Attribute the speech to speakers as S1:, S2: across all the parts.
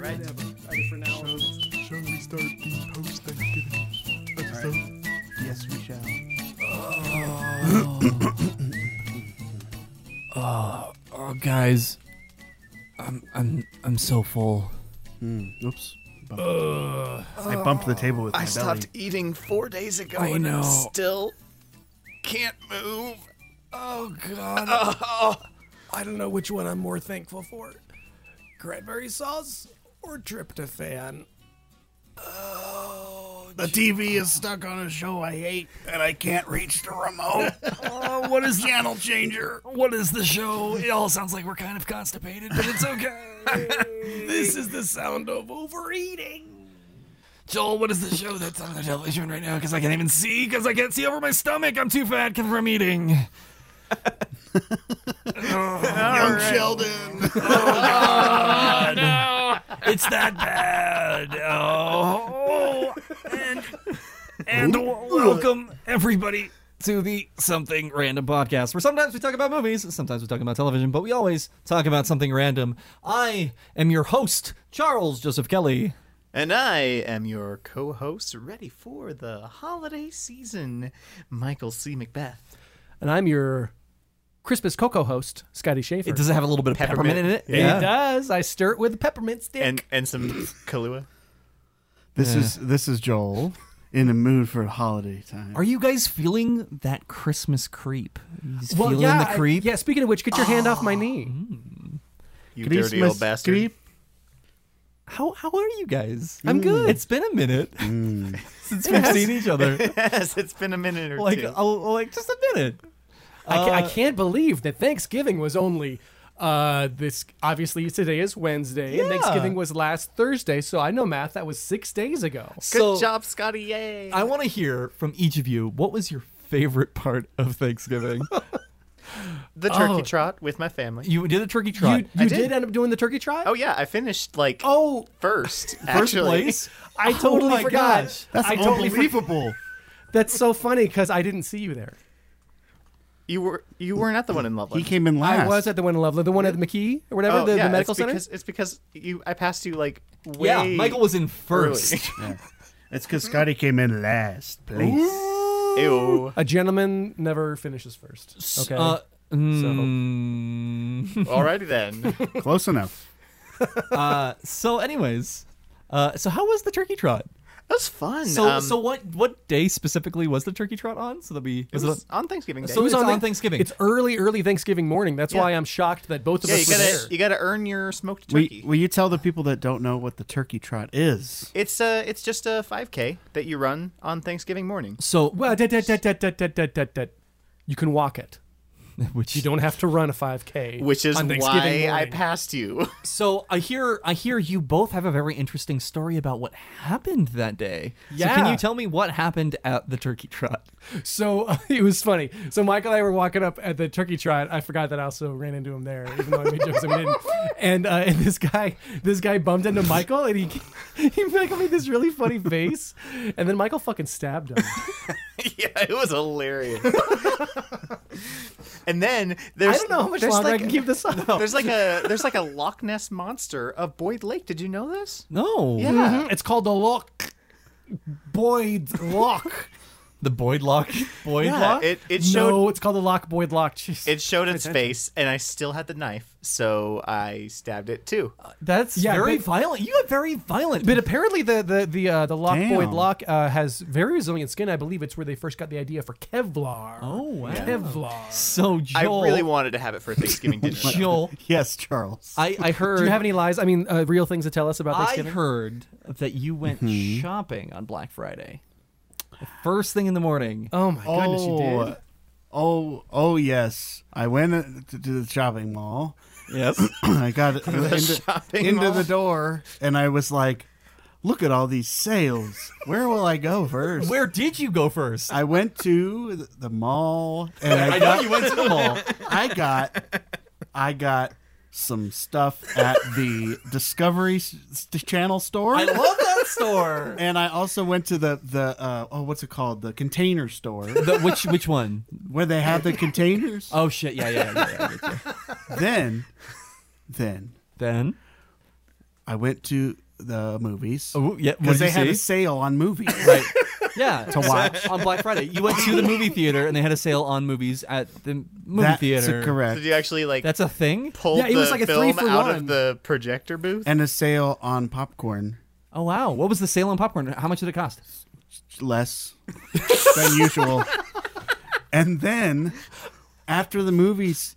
S1: right? Either for now.
S2: Shall, shall we start the post Thanksgiving episode?
S3: Yes, we shall.
S4: Oh, guys, I'm I'm I'm so full.
S3: Oops. Bumped. I bumped the table with my
S1: I stopped
S3: belly.
S1: eating four days ago.
S4: I
S1: and I'm
S4: know.
S1: still can't move.
S4: Oh God, Oh.
S5: I don't know which one I'm more thankful for cranberry sauce or tryptophan. Oh, the TV is stuck on a show I hate, and I can't reach the remote. oh, what is channel changer?
S4: what is the show? It all sounds like we're kind of constipated, but it's okay.
S5: This is the sound of overeating.
S4: Joel, what is the show that's on the television right now? Because I can't even see. Because I can't see over my stomach. I'm too fat from eating.
S5: Young Sheldon.
S4: It's that bad. Oh, and and w- welcome everybody to the Something Random podcast, where sometimes we talk about movies, sometimes we talk about television, but we always talk about something random. I am your host, Charles Joseph Kelly.
S1: And I am your co host, ready for the holiday season, Michael C. Macbeth.
S6: and I'm your Christmas cocoa host, Scotty Schaefer.
S4: It does have a little bit of peppermint, in it.
S6: It does. I stir it with a peppermint stick.
S1: And and some Kahlua.
S3: This is this is Joel in the mood for holiday time.
S4: Are you guys feeling that Christmas creep? You just
S6: well,
S4: feeling
S6: yeah,
S4: the
S6: I-
S4: creep?
S6: yeah. Speaking of which, get your hand off my knee.
S1: You
S3: Christmas
S1: dirty old bastard.
S3: creep?
S4: How how are you guys? Mm.
S6: I'm good. Mm.
S4: It's been a minute since we've seen each other.
S1: yes, it's been a minute or
S4: Like
S1: two.
S4: oh, like just a minute.
S6: I, ca-
S1: Uh,
S6: I can't believe that Thanksgiving was only uh this obviously today is wednesday and
S4: Yeah.
S6: thanksgiving was last thursday so i know math that was six days ago
S1: Good
S4: so
S1: job, Scotty. Yay.
S4: I want to hear from each of you. What was your favorite part of Thanksgiving?
S1: the turkey
S6: oh.
S1: trot with my family.
S4: you did a turkey
S6: you,
S4: trot.
S6: you did.
S1: did.
S6: end up doing the turkey try
S1: Oh, yeah, I finished like
S6: oh
S1: first,
S4: First
S1: actually.
S4: place. Oh
S6: i totally
S4: my
S6: forgot
S4: gosh.
S3: That's
S6: I totally for-
S3: unbelievable.
S6: that's so funny because i didn't see you there
S1: You were you were not the one in love.
S3: he came in last.
S6: i was at the one in loveland the one at the mckee or whatever
S1: Oh,
S6: the,
S1: yeah,
S6: the medical
S1: it's
S6: center
S1: Because, it's because you I passed you like way.
S4: Yeah, Michael was in first.
S3: It's because Scotty came in last place.
S1: Ew.
S6: a gentleman never finishes first okay
S4: Uh, mm,
S1: Alrighty then.
S3: Close enough.
S4: uh, so, anyways, uh, so how was the turkey trot?
S1: That's fun.
S4: So,
S1: um,
S4: so what what day specifically was the turkey trot on? So that we
S1: it
S4: was
S1: was
S4: it
S1: on Thanksgiving Day.
S4: so it's on
S6: Thank-
S4: Thanksgiving.
S6: It's early, early Thanksgiving morning. That's why I'm shocked that both of
S1: yeah, you
S6: us were
S1: gotta
S6: there.
S1: you gotta earn your smoked
S3: Will,
S1: turkey.
S3: will you tell the people that don't know what the turkey trot is?
S1: it's uh it's just a 5K that you run on Thanksgiving morning.
S4: so
S6: Well, da- da- da- da- da- da- da- da- da. you can walk it.
S4: which
S6: You don't have to run a 5K,
S1: Which is
S6: on
S1: why
S6: Thanksgiving
S1: I
S6: morning.
S1: passed you.
S4: So I hear I hear you both have a very interesting story about what happened that day. So can
S6: Yeah.
S4: you tell me what happened at the turkey trot?
S6: So it was funny. So Michael and I were walking up at the turkey trot. I forgot that I also ran into him there, even though I made jokes I didn't. And uh, and this guy, this guy bumped into Michael, and he he Michael made this really funny face, and then Michael fucking stabbed him.
S1: yeah, it was hilarious. and then
S6: I
S1: there's
S6: don't know how much
S1: there's
S6: longer I
S1: like,
S6: can keep this up.
S1: There's like a there's like a Loch Ness monster of Boyd Lake. Did you know this?
S4: No.
S1: Yeah.
S6: Mhm. It's called the lock. Boyd Lock.
S4: The Boyd lock. Boyd
S1: Yeah,
S4: lock.
S1: it, it showed
S6: no, it's called the Lock Boyd Lock. Jeez.
S1: it showed its face, and I still had the knife, so I stabbed it too.
S6: Uh,
S4: That's
S6: Yeah,
S4: very
S6: but-
S4: violent. You got very violent.
S6: but apparently the the the uh, the Lock
S3: Damn.
S6: Boyd Lock uh, has very resilient skin. I believe it's where they first got the idea for Kevlar.
S4: oh wow.
S6: Kevlar.
S4: So Joel,
S1: I really wanted to have it for Thanksgiving dinner.
S4: Joel,
S3: Yes, Charles.
S4: I I heard
S6: Do you have any lies? I mean, uh, real things to tell us about
S4: I
S6: Thanksgiving.
S4: heard that you went
S6: Mm-hmm.
S4: shopping on Black Friday. The first thing in the morning.
S6: oh my goodness, you did.
S3: Oh, oh yes. I went uh, to, to the shopping mall.
S4: yes.
S3: I got it into,
S1: shopping
S3: into
S1: mall?
S3: the door, and I was like, "Look at all these sales. Where will I go first?
S4: Where did you go first?
S3: I went to the- the mall, and
S4: I
S3: I
S4: know
S3: got,
S4: you went to the mall.
S3: I got, I got some stuff at the Discovery s- s- Channel store.
S4: I love that store.
S3: and I also went to the the uh, oh what's it called the container store
S4: The- which which one?
S3: where they have the containers.
S4: Oh shit! Yeah, yeah, yeah. yeah, yeah.
S3: Then, then
S4: Then
S3: I went to the movies
S4: Oh, yeah. What
S3: because
S4: did
S3: they
S4: you
S3: had
S4: see?
S3: a sale on movies.
S4: yeah, to
S3: watch.
S4: on Black Friday. You went to the movie theater and they had a sale on movies at the movie
S3: That's
S4: theater.
S3: correct.
S1: Did you actually like
S4: That's a thing.
S1: pull
S6: Yeah, it
S1: the
S6: was like a three
S1: film
S6: for
S1: out
S6: one.
S1: of the projector booth?
S3: and a sale on popcorn
S4: Oh wow, what was the sale on popcorn? How much did it cost?
S3: less than usual. And then after the movies,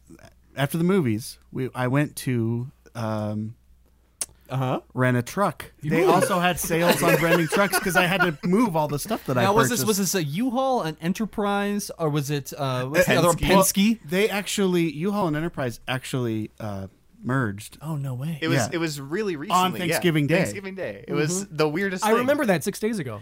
S3: after the movies, we I went to um,
S4: Uh huh.
S3: rent a truck. They also had sales on renting trucks because I had to move all the stuff that I
S4: Now was
S3: purchased.
S4: this was this a U-Haul, an Enterprise, or was it uh, what's the other one?
S1: Penske.
S4: Penske?
S3: they actually U-Haul and Enterprise actually uh, merged.
S4: Oh no way.
S1: it was
S3: yeah.
S1: it was really recently yeah.
S3: Thanksgiving Day.
S1: Thanksgiving Day. It was the weirdest.
S6: Mm-hmm. I
S1: thing.
S6: remember that six days ago.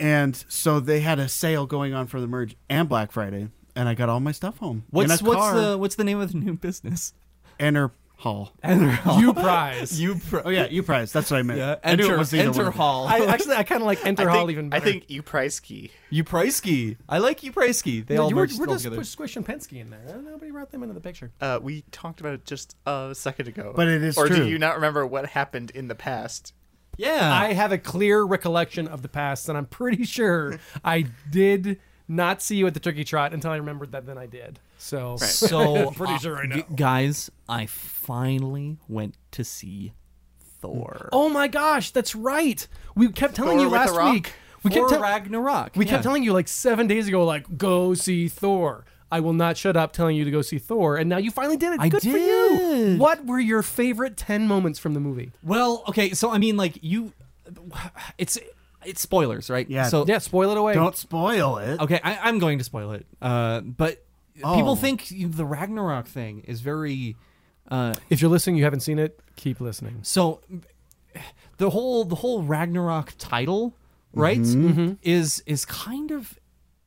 S3: And so they had a sale going on for the merge and Black Friday, and I got all my stuff home. in
S4: What's
S3: a
S4: what's
S3: car,
S4: the what's the name of the new business?
S3: Enter Hall?
S1: Oh.
S6: You prize.
S4: You
S3: Oh yeah, U Prize. That's what I meant.
S4: yeah.
S3: I knew it
S4: Enter,
S3: was either one
S4: enter
S3: of them.
S4: Hall.
S6: I actually I kind of like Enter
S1: I
S6: Hall
S1: think,
S6: even
S1: I
S6: better.
S1: think you price key.
S4: Upriski. I like Upriski. They all
S6: You were,
S4: merged
S6: we're
S4: all
S6: just
S4: together.
S6: we're squishing Penske in there. Uh, Nobody brought them into the picture.
S1: Uh, we talked about it just a second ago.
S3: But it is
S1: Or
S3: true.
S1: do you not remember what happened in the past? Ah.
S4: yeah.
S6: I have a clear recollection of the past, and I'm pretty sure I did not see you at the turkey trot until I remembered that then I did. So
S4: so
S7: Pretty
S4: uh,
S7: sure I
S4: gu-
S7: know.
S4: guys, I finally went to see Thor.
S6: Oh my gosh, that's right. We kept telling
S1: Thor
S6: you
S1: with
S6: last
S1: the rock?
S6: week. We
S4: Thor
S6: kept tell-
S4: Ragnarok.
S6: we
S4: yeah.
S6: kept telling you like 7 days ago like go see Thor. I will not shut up telling you to go see Thor, and now you finally did it.
S4: I
S6: Good for you.
S4: did.
S6: What were your favorite ten moments from the movie?
S4: Well, okay, so I mean like you it's it's spoilers, right?
S3: Yeah.
S4: So
S6: Yeah, spoil it away.
S3: Don't spoil it.
S4: Okay, I, I'm going to spoil it. Uh, but
S3: Oh.
S4: people think the Ragnarok thing is very
S6: If you're listening, you haven't seen it. Keep listening.
S4: so. The whole the whole Ragnarok title, right,
S7: Mm-hmm.
S4: is is kind of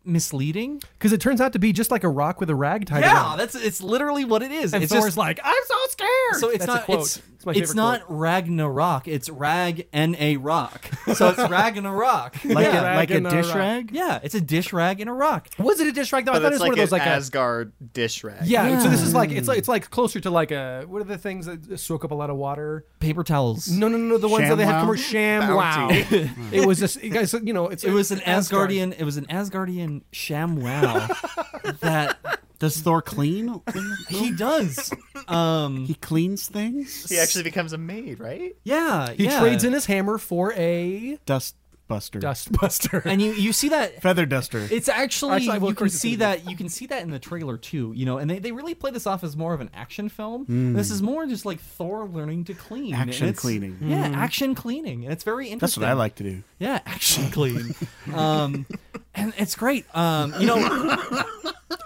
S4: misleading.
S6: Because it turns out to be just like a rock with a rag tied around.
S4: that's it's literally what it is.
S6: And
S4: it's
S6: Thor's
S4: just
S6: like, I'm so scared.
S4: so it's
S6: That's a
S4: not
S6: quote.
S4: it's
S6: my
S4: it's,
S6: favorite
S4: not Ragnarok. It's Rag N A Rock. So it's Ragnarok.
S3: Like
S4: yeah. uh,
S3: a,
S6: Rag
S3: like a
S6: and a
S3: dish
S6: rock.
S3: rag.
S4: yeah, it's a dish rag in a rock.
S6: quote. Was it a dish rag though? I
S1: But
S6: thought it was
S1: it's like
S6: one of those
S1: an
S6: like a
S1: Asgard dish rag.
S6: yeah, So this is like it's like it's like closer to like a what are the things that soak up a lot of water?
S4: Paper towels.
S6: No, no, no, no the ones that they have
S3: ShamWow?
S6: commercial sham. Wow, it was just you guys. You know, it's
S4: It was an
S6: Asgard.
S4: Asgardian. It was an Asgardian ShamWow that
S3: Does Thor clean?
S4: he does. Um,
S3: he cleans things.
S1: He actually becomes a maid, right?
S4: yeah,
S6: He
S4: yeah.
S6: trades in his hammer for a
S3: Dust buster.
S6: dustbuster.
S4: and you you see that.
S3: Feather duster.
S4: It's actually,
S6: Actually, I will
S4: you can
S6: correct it to
S4: see
S6: the-
S4: that you can see that in the trailer too. You know, and they, they really play this off as more of an action film. This is more just like Thor learning to clean. and
S3: Hmm. Action
S4: it's-
S3: cleaning.
S4: Yeah,
S6: Mm-hmm.
S4: action cleaning, and it's very interesting.
S3: That's what I like to do.
S4: Yeah, action clean. um, and it's great. Um, you know,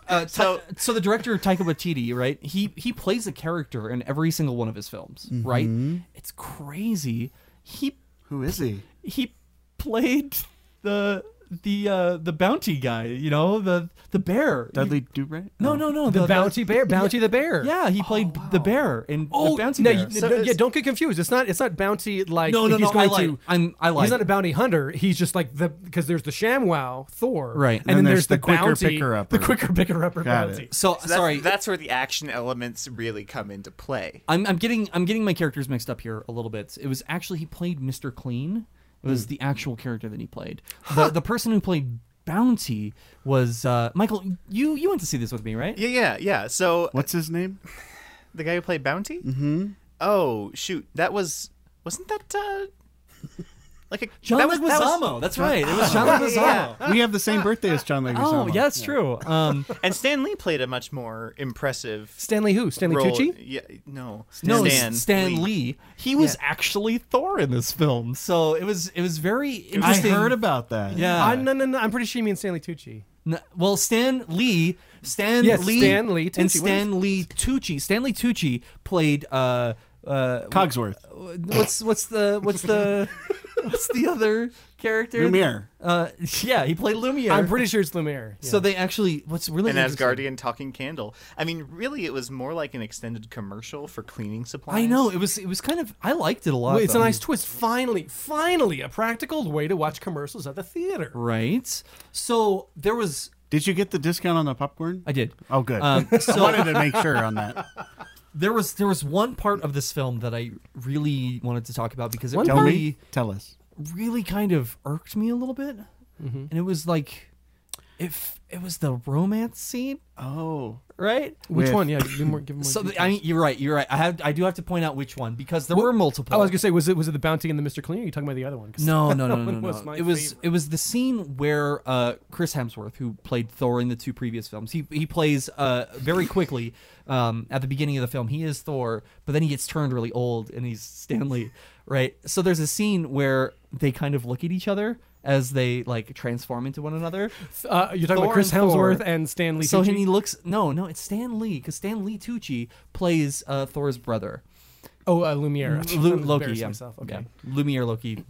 S4: uh, so so the director Taika Waititi, right? He he plays a character in every single one of his films,
S3: Mm-hmm.
S4: right? It's crazy. He
S3: Who is he?
S4: he played the the uh, the bounty guy, you know, the the bear.
S3: Dudley Dubray? Oh.
S4: no, no, no,
S6: the bounty bear, bounty the bear.
S4: Yeah, he played the bear in
S6: Oh,
S4: the bounty
S6: no,
S4: bear.
S6: you- no, yeah, don't get confused. It's not. It's not bounty like
S4: no, no,
S6: he's
S4: no. I
S6: going
S4: like.
S6: to.
S4: I'm, I like.
S6: He's not a bounty hunter. He's just like the because there's the ShamWow Thor,
S4: Right.
S6: And, then, there's, the,
S3: quicker
S6: bounty,
S3: picker-upper.
S6: the quicker picker upper
S3: Got
S6: bounty.
S3: it.
S4: so,
S1: So that's,
S4: sorry.
S1: That's where the action elements really come into play.
S4: I'm, I'm getting I'm getting my characters mixed up here a little bit. It was actually he played Mr. Clean. It was the actual character that he played. The the person who played Bounty was uh, Michael. You you went to see this with me, right?
S1: Yeah, yeah, yeah. So
S3: What's his name?
S1: the guy who played Bounty? Mm-hmm. Oh, shoot. That was wasn't that uh like a
S4: John
S1: that was, that was-
S4: Leguizamo. That's right. It was John
S1: Yeah,
S4: Leguizamo.
S1: yeah.
S3: We have the same birthday as John
S4: Oh,
S3: Leguizamo.
S4: yeah, that's true. Um,
S1: And Stan Lee played a much more impressive
S6: Stanley who? Stanley
S1: role.
S6: Tucci?
S1: Yeah, no.
S4: no, Stan, Lee. He was actually Thor in this film, so it was it was very
S3: I
S4: interesting.
S3: heard about that.
S4: Yeah.
S6: Uh, no, no, no. I'm pretty sure you mean Stanley Tucci.
S4: N- well, Stan Lee, Stan
S6: Yes,
S4: Lee,
S6: Stan Lee
S4: and
S6: Tucci. What is-
S4: Stan Lee Tucci. Stanley Tucci played uh, uh,
S3: Cogsworth.
S4: what's what's the what's the what's the other character?
S3: Lumiere.
S4: Uh, yeah, he played Lumiere.
S6: I'm pretty sure it's Lemire. Yeah.
S4: So they actually, what's really
S1: An
S4: interesting-
S1: Asgardian talking candle. I mean, really, it was more like an extended commercial for cleaning supplies.
S4: I know it was it was kind of I liked it a lot.
S6: Well, it's a
S4: though.
S6: nice twist. Finally, finally, a practical way to watch commercials at the theater.
S4: right? So there was
S3: Did you get the discount on the popcorn?
S4: I did.
S3: Oh, good.
S4: Um,
S3: I wanted to make sure on that.
S4: There was there was one part of this film that I really wanted to talk about because it
S6: One
S3: Tell
S4: really
S3: me. Tell us.
S4: really kind of irked me a little bit, and it was like, if it was the romance scene,
S3: Oh.
S4: right?
S6: Which
S3: With-
S6: one? Yeah, give me more. Give me more
S4: So the,
S6: details.
S4: I mean, you're right. You're right. I have I do have to point out which one because there were multiple.
S6: I was gonna say, was it was it the bounty and the Mr. Clean? Or are you talking about the other one? 'Cause
S4: No, no, no, no, no.
S6: was
S4: no.
S6: my
S4: It was it was the scene where uh, Chris Hemsworth, who played Thor in the two previous films, he he plays uh, very quickly um, at the beginning of the film. He is Thor, but then he gets turned really old and he's Stanley, right? So there's a scene where they kind of look at each other as they like transform into one another.
S6: uh, you're talking
S4: Thor
S6: about Chris
S4: and Thor.
S6: Hemsworth and Stanley.
S4: So and he looks no, no, it's Stan Lee because Stan Lee Tucci plays uh, Thor's brother.
S6: oh, uh, Lumiere.
S4: Lu-
S6: I'm
S4: Loki,
S6: embarrassing
S4: yeah.
S6: myself. Okay.
S4: yeah. Lumiere Loki.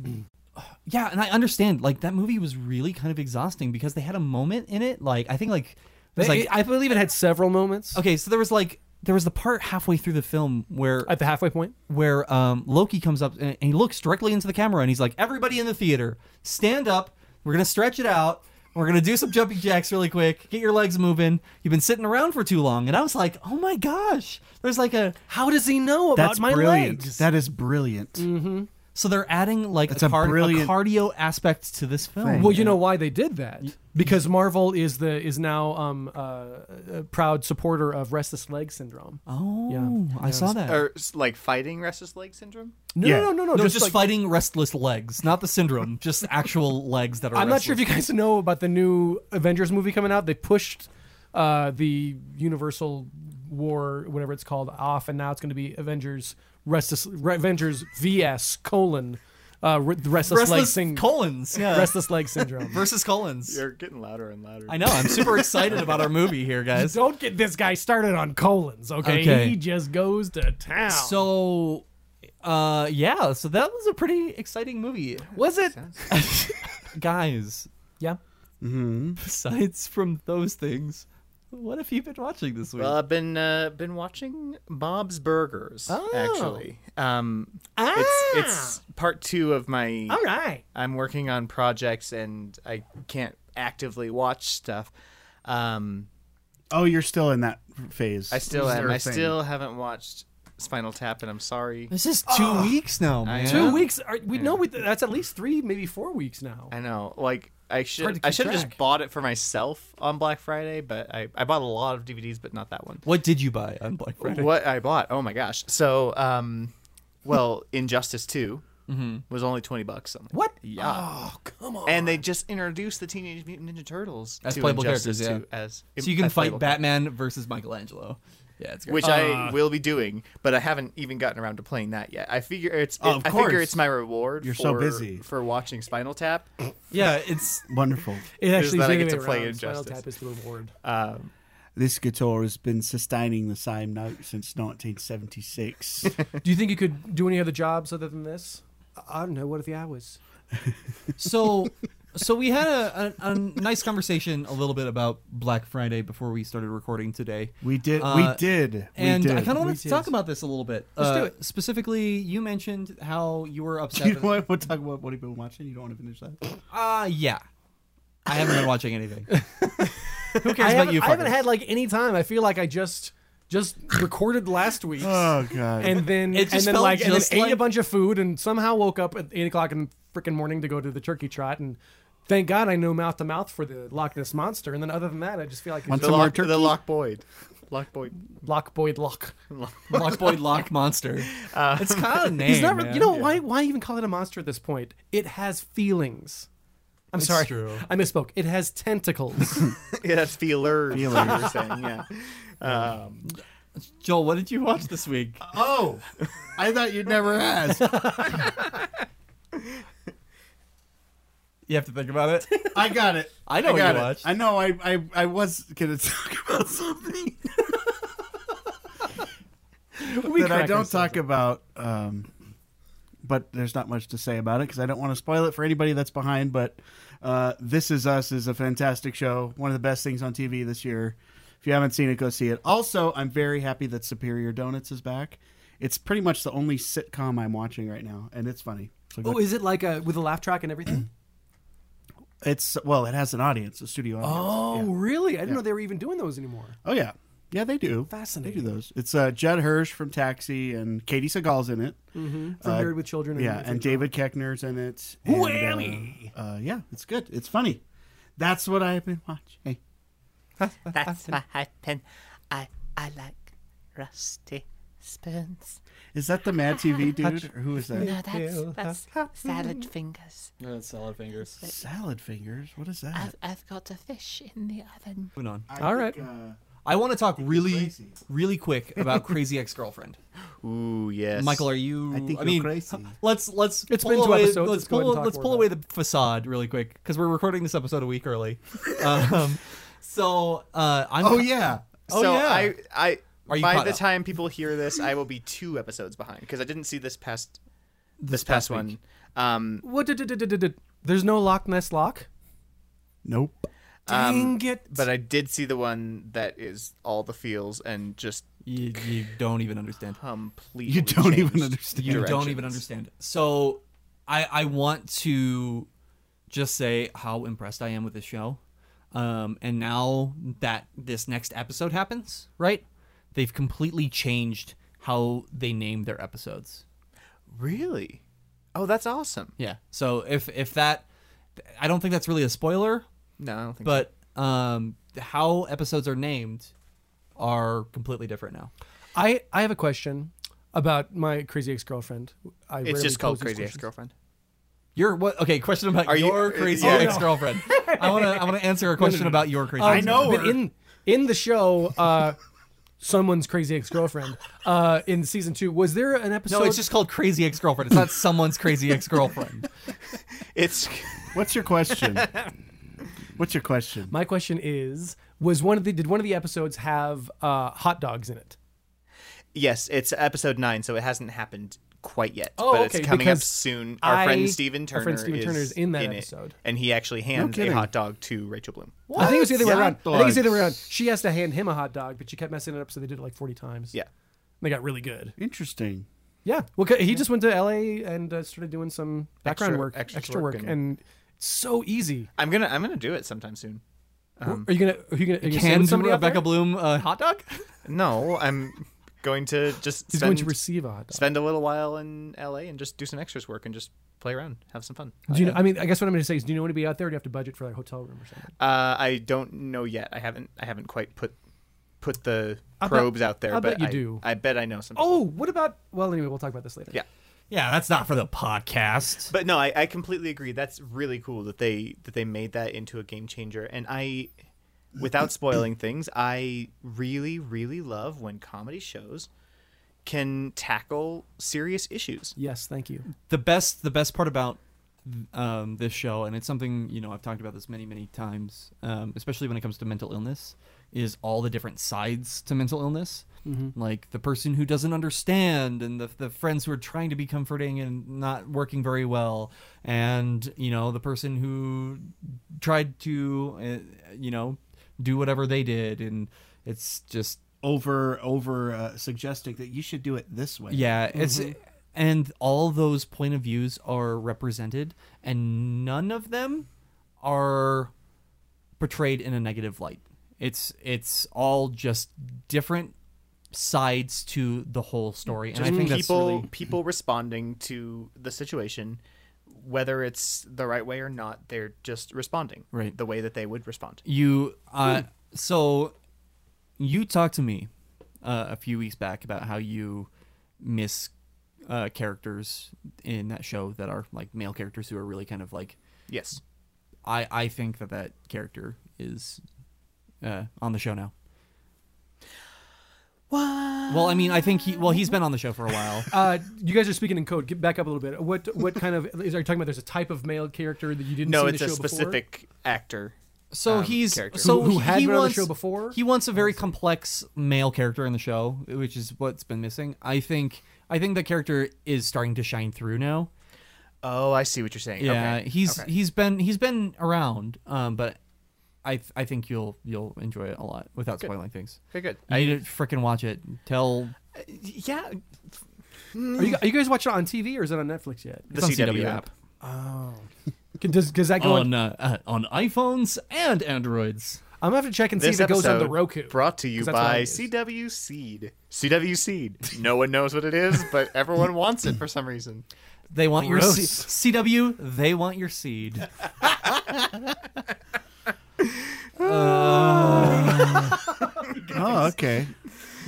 S4: yeah, and I understand. Like that movie was really kind of exhausting because they had a moment in it. Like I think like
S6: They-
S4: there's like
S6: I believe it had several moments
S4: okay, so there was like there was the part halfway through the film where
S6: at the halfway point.
S4: where um, Loki comes up and, and he looks directly into the camera and he's like, "Everybody in the theater, stand up. We're gonna stretch it out." We're gonna do some jumping jacks really quick. Get your legs moving. You've been sitting around for too long, and I was like, "Oh my gosh!" There's like a
S6: How does he know about
S3: That's brilliant. That is brilliant.
S4: So they're adding like
S3: That's
S4: a,
S3: a
S4: card- a
S3: brilliant
S4: cardio aspect to this film.
S3: thing.
S6: Well, you know why they did that because Marvel is the is now um, uh, a proud supporter of restless leg syndrome.
S4: Oh,
S6: Yeah.
S4: I saw that.
S1: Or s- like fighting restless leg syndrome?
S6: No,
S3: Yeah.
S6: no, no, no, no,
S4: no, just,
S6: like-
S4: fighting restless legs, not the syndrome, just actual legs that are.
S6: I'm not sure if you guys know about the new Avengers movie coming out. They pushed uh, the Universal War, whatever it's called, off, and now it's going to be Avengers Restless Re- Avengers VS colon uh, re- the restless, leg
S4: restless
S6: sing-
S4: Collins, yeah,
S6: restless leg syndrome.
S4: versus Collins.
S1: You're getting louder and louder.
S4: I know. I'm super excited about our movie here, guys.
S6: Don't get this guy started on colons, okay?
S4: Okay.
S6: He just goes to town.
S4: So, uh, yeah. So that was a pretty exciting movie,
S6: was it?
S4: guys.
S6: Yeah.
S4: Besides from those things, what have you been watching this week?
S1: Well, I've been uh, been watching Bob's Burgers
S4: Oh.
S1: actually. Um, It's it's
S4: Ah!
S1: part two of my.
S4: Oh,
S6: All right.
S1: I'm working on projects and I can't actively watch stuff. Um,
S3: Oh, you're still in that phase.
S1: I still
S3: This is
S1: am.
S3: their
S1: I
S3: thing.
S1: still haven't watched Spinal Tap, and I'm sorry.
S4: this is two weeks now, man.
S1: Ah, know.
S6: Two
S1: Yeah.
S6: weeks. Are, we know we, that's at least three, maybe four weeks now.
S1: I know. Like I
S6: hard
S1: should
S6: to
S1: I
S6: keep
S1: should have just
S6: track.
S1: bought it for myself on Black Friday, but I, I bought a lot of DVDs, but not that one.
S4: What did you buy on Black Friday?
S1: What I bought? Oh my gosh. So um, well, Injustice 2 was only twenty bucks. I'm like,
S4: Mm-hmm. What? Oh,
S1: Yeah.
S8: Come on.
S1: and they just introduced the Teenage Mutant Ninja Turtles
S4: As
S1: to
S4: playable
S1: Injustice
S4: characters,
S1: 2 as
S4: So you can
S1: as
S4: fight
S1: playable
S4: Batman versus Michelangelo. Yeah, it's great. Uh,
S1: which
S4: Ah.
S1: I will be doing, but I haven't even gotten around to playing that yet. I figure it's
S3: Oh, of
S1: I figure
S3: course.
S1: it's my reward.
S3: You're
S1: for,
S3: so busy.
S1: for watching Spinal Tap.
S4: yeah, it's
S3: Wonderful.
S6: It actually is
S1: that I
S6: the
S1: get
S6: other
S1: to
S6: way
S1: play
S6: around. Spinal
S1: Injustice.
S6: Tap is the reward.
S1: Um,
S3: This guitar has been sustaining the same note since 1976.
S6: Do you think you could do any other jobs other than this? I don't know. What are the hours?
S4: so. So we had a, a, a nice conversation a little bit about Black Friday before we started recording today.
S3: we did.
S4: Uh,
S3: we did.
S4: and
S3: we did.
S4: I kind of wanted
S6: We
S4: to
S6: did.
S4: talk about this a little bit. Let's
S6: do
S4: it. Specifically, you mentioned how you were upset.
S3: You
S4: with-
S3: know what? We'll talk about what you've been watching. You don't want to finish that.
S4: Uh, yeah. I haven't been watching anything. Who cares
S6: I
S4: about
S6: haven't,
S4: you?
S6: I haven't
S4: fuckers?
S6: had like any time. I feel like I just just recorded last week.
S3: Oh god.
S6: And then
S4: It just
S6: and then
S4: felt
S6: like and then
S4: just
S6: ate
S4: like-
S6: a bunch of food and somehow woke up at eight o'clock in the freaking morning to go to the turkey trot and thank God I know mouth to mouth for the Loch Ness monster and then other than that I just feel like it's
S3: Once
S1: the
S3: Some more
S1: lock,
S3: turkey?
S1: the Lock Boyd, Lock Boyd.
S6: Loch Boyd Loch.
S4: Lock Boy Lock Monster. it's kind of a name.
S6: Uh, He's not.
S4: man.
S6: You know why? Why even call it a monster at this point? It has feelings. I'm sorry,
S4: true.
S6: I misspoke. It has tentacles.
S1: Yeah, that's feelers. you
S3: Feelers.
S1: were saying, yeah. Um,
S4: Joel, what did you watch this week?
S3: oh, I thought you'd never ask.
S4: You have to think about it.
S3: I got it.
S4: I know what
S3: got
S4: you
S3: it.
S4: watched.
S3: I know. I, I I was gonna talk about something
S6: We
S3: that I
S6: crack
S3: don't
S6: ourselves
S3: talk
S6: up.
S3: about. Um, but there's not much to say about it because I don't want to spoil it for anybody that's behind. But uh, This Is Us is a fantastic show. One of the best things on TV this year. If you haven't seen it, go see it. Also, I'm very happy that Superior Donuts is back. It's pretty much the only sitcom I'm watching right now, and it's funny. So go-
S6: Oh, is it like a with a laugh track and everything?
S3: it's well, it has an audience, a studio audience.
S6: oh,
S3: Yeah.
S6: really? I didn't know they were even doing those anymore.
S3: Oh yeah. Yeah, they do.
S6: Fascinating.
S3: They do those. It's uh, Judd Hirsch from Taxi, and Katie Seagal's in it.
S6: Mm-hmm. From
S3: Uh,
S6: Married with Children. and
S3: Yeah,
S6: Everything
S3: and David Keckner's in it. And,
S4: Whammy!
S3: Uh, uh, yeah, it's good. It's funny. That's what I've been watching. Hey,
S9: That's what happened. I I like rusty spoons.
S3: is that the Mad TV dude? Or who is that?
S9: No, that's
S6: Ew,
S9: that's salad fingers.
S4: That's Uh, salad fingers.
S3: Salad fingers. What is that?
S9: I've I've got a fish in the oven.
S4: Moving on.
S3: I
S6: All right.
S3: uh,
S4: I want to talk really,
S3: crazy.
S4: really quick about Crazy Ex-Girlfriend.
S1: Ooh, yes.
S4: Michael, are you?
S3: I think
S4: I
S3: you're
S4: mean,
S3: crazy.
S4: let's let's.
S6: It's
S4: pull
S6: been two
S4: away,
S6: episodes.
S4: Let's
S6: Let's go ahead
S4: pull,
S6: and talk
S4: let's
S6: more
S4: pull
S6: about
S4: away the facade really quick because we're recording this episode a week early. um, so uh, I'm.
S3: Oh yeah.
S4: Oh,
S1: so
S4: yeah.
S1: I, I
S4: Are you
S1: by
S4: caught
S1: the
S4: up?
S1: time people hear this, I will be two episodes behind because I didn't see this past this, past, one. Um,
S6: What? did- did- did- did- did- There's no Loch Ness Lock.
S3: Nope.
S1: um,
S6: Dang it.
S1: but I did see the one that is all the feels and just
S4: You, you don't even understand.
S1: completely.
S3: You don't even
S1: changed
S3: understand.
S4: You don't even
S1: directions.
S4: understand. So I I want to just say how impressed I am with this show. Um, and now that this next episode happens, right? They've completely changed how they name their episodes.
S1: Really? Oh, that's awesome.
S4: Yeah. So if if that, I don't think that's really a spoiler,
S1: No, I don't think.
S4: but um, how episodes are named are completely different now.
S6: I, I have a question about my crazy ex girlfriend.
S1: so. it's just called Crazy Ex-Girlfriend.
S4: Your what? Okay, question about
S1: Are you-
S4: your crazy
S1: yeah.
S4: ex-girlfriend. I want to. I want to answer a question about your crazy.
S6: Um,
S4: ex-girlfriend.
S6: But in in the show, uh, someone's crazy ex girlfriend. Uh, in season two, was there an episode?
S4: No, it's just called crazy ex-girlfriend. It's not someone's crazy ex-girlfriend.
S1: It's
S3: What's your question? What's your question?
S6: My question is: Was one of the did one of the episodes have uh, hot dogs in it?
S1: yes, it's episode nine, so it hasn't happened quite yet.
S6: Oh,
S1: but it's
S6: okay,
S1: coming up
S6: because
S1: soon. Our
S6: I-
S1: friend Steven Turner,
S6: our friend Steven
S1: is,
S6: Turner is in that
S1: it,
S6: episode.
S1: and he actually hands a
S3: kidding.
S1: hot dog to Rachel Bloom.
S6: I think it was the other way
S3: Hot
S6: around. I think it was the other way around.
S3: dogs.
S6: She has to hand him a hot dog, but she kept messing it up, so they did it like forty times.
S1: Yeah.
S6: they got really good.
S3: Interesting.
S6: Yeah, well, 'cause he just went to L.A. and uh, started doing some background
S1: Extra-
S6: work,
S1: extra
S6: extra,
S1: work
S6: work,
S1: and-
S6: and, it's so easy.
S1: I'm gonna I'm gonna do it sometime soon.
S6: are you gonna are you gonna, are you gonna
S4: Can
S6: send somebody
S4: somebody
S6: out there?
S4: Rebecca Bloom a hot dog?
S1: No, I'm going to just
S6: He's
S1: spend,
S6: going to receive a hot dog.
S1: spend a little while in LA and just do some extras work and just play around, have some fun.
S6: Do you know? I mean, I guess what I'm going to say is, do you know when to be out there? Or do you have to budget for like a hotel room or something?
S1: Uh, I don't know yet. I haven't I haven't quite put put the
S6: bet-
S1: probes out there.
S6: I
S1: but
S6: bet you
S1: I,
S6: do.
S1: I bet I know some.
S6: Oh, what about? Well, anyway, we'll talk about this later.
S1: Yeah.
S4: Yeah, that's not for the podcast.
S1: But no, I, I completely agree. That's really cool that they that they made that into a game changer. And I, without spoiling things, I really really love when comedy shows can tackle serious issues.
S6: Yes, thank you.
S4: the best the best part about um, this show, and it's something you know I've talked about this many many times, um, especially when it comes to mental illness, is all the different sides to mental illness, like the person who doesn't understand, and the the friends who are trying to be comforting and not working very well, and you know the person who tried to uh, you know do whatever they did, and it's just
S3: Over over uh, suggesting that you should do it this way.
S4: yeah, it's and all those point of views are represented, and none of them are portrayed in a negative light. It's it's all just different sides to the whole story, and I think that's
S1: people
S4: really
S1: people responding to the situation, whether it's the right way or not, they're just responding
S4: Right.
S1: the way that they would respond.
S4: you. Uh, so you talked to me uh, a few weeks back about how you miss uh, characters in that show that are like male characters who are really kind of like
S1: Yes,
S4: I I think that that character is uh, on the show now. What? Well, I mean, I think he well he's been on the show for a while.
S6: Uh, you guys are speaking in code. Get back up a little bit. What what kind of is, are you talking about? There's a type of male character that you didn't
S1: no,
S6: see in
S1: it's
S6: the
S1: a
S6: show
S1: specific actor.
S4: So
S1: um,
S4: he's
S1: character.
S4: so
S6: Who- who
S4: he-
S6: had
S4: he
S6: been on the
S4: wants-
S6: show before?
S4: He wants a very complex male character in the show, which is what's been missing. I think I think the character is starting to shine through now.
S1: Oh, I see what you're saying.
S4: Yeah,
S1: okay.
S4: he's
S1: okay.
S4: he's been he's been around, um, but I th- I think you'll you'll enjoy it a lot without spoiling things.
S1: okay, good.
S4: You need to freaking watch it. Tell
S1: Yeah,
S6: before. Are you, are you guys watching it on TV or is it on Netflix yet?
S1: the CW app.
S6: Can- Does does that go on?
S4: uh, uh, on iPhones and Androids.
S9: I'm gonna have to check and see
S1: This
S9: if it goes on the
S1: episode
S9: Roku.
S1: Brought to you
S9: 'cause that's what I
S1: by
S9: use.
S1: CW Seed. CW Seed. No one knows what it is, but everyone wants it for some reason.
S4: They want
S9: Gross.
S4: your se- CW. They want your seed.
S3: Oh, okay.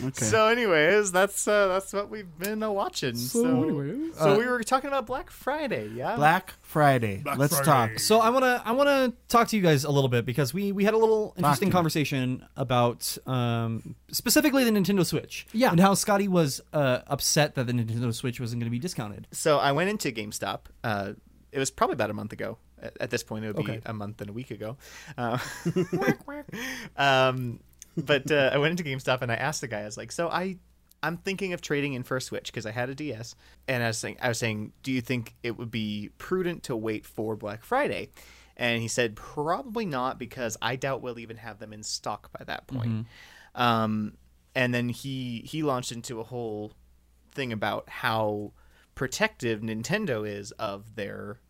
S3: Okay.
S1: So, anyways, that's uh, that's what we've been uh, watching. So,
S9: anyways.
S1: so we were talking about Black Friday, yeah.
S3: Black Friday. Let's
S5: Friday.
S3: talk.
S4: So I want to I want to talk to you guys a little bit because we we had a little interesting
S3: to me.
S4: conversation about um, specifically the Nintendo Switch.
S9: Yeah.
S4: And how Scotty was uh, upset that the Nintendo Switch wasn't going to be discounted.
S1: so I went into GameStop. Uh, it was probably about a month ago. At at this point, it would be
S9: Okay.
S1: a month and a week ago. Uh, um, but uh, I went into GameStop and I asked the guy. I was like, "So I, I'm thinking of trading in for a Switch because I had a DS, and I was saying, I was saying, do you think it would be prudent to wait for Black Friday?" And he said, "Probably not because I doubt we'll even have them in stock by that point." Um, and then he he launched into a whole thing about how protective Nintendo is of their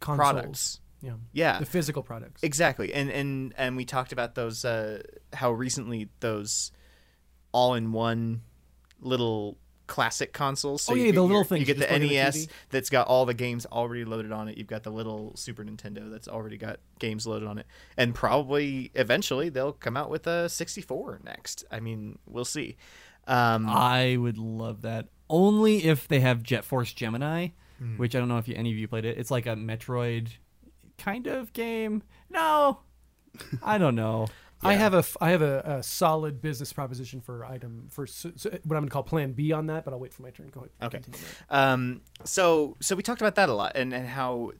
S9: Consoles.
S1: products.
S9: Yeah.
S1: Yeah.
S9: The physical products.
S1: Exactly, and and and we talked about those uh, how recently those all-in-one little classic consoles. So
S9: Oh,
S1: you
S9: yeah,
S1: get
S9: the little
S1: your-
S9: things
S1: You get
S9: you just
S1: the
S9: plug in the
S1: NES
S9: TV.
S1: that's got all the games already loaded on it. You've got the little Super Nintendo that's already got games loaded on it, and probably eventually they'll come out with a 64 next. I mean, we'll see. Um,
S4: I would love that only if they have Jet Force Gemini, which I don't know if you, any of you played it. It's like a Metroid kind of game. No, I don't know.
S9: I have a f- I have a, a solid business proposition for item for s s- what I'm gonna call Plan B on that, but I'll wait for my turn. Go ahead.
S1: Okay.
S9: Continue.
S1: Um, so so we talked about that a lot and, and how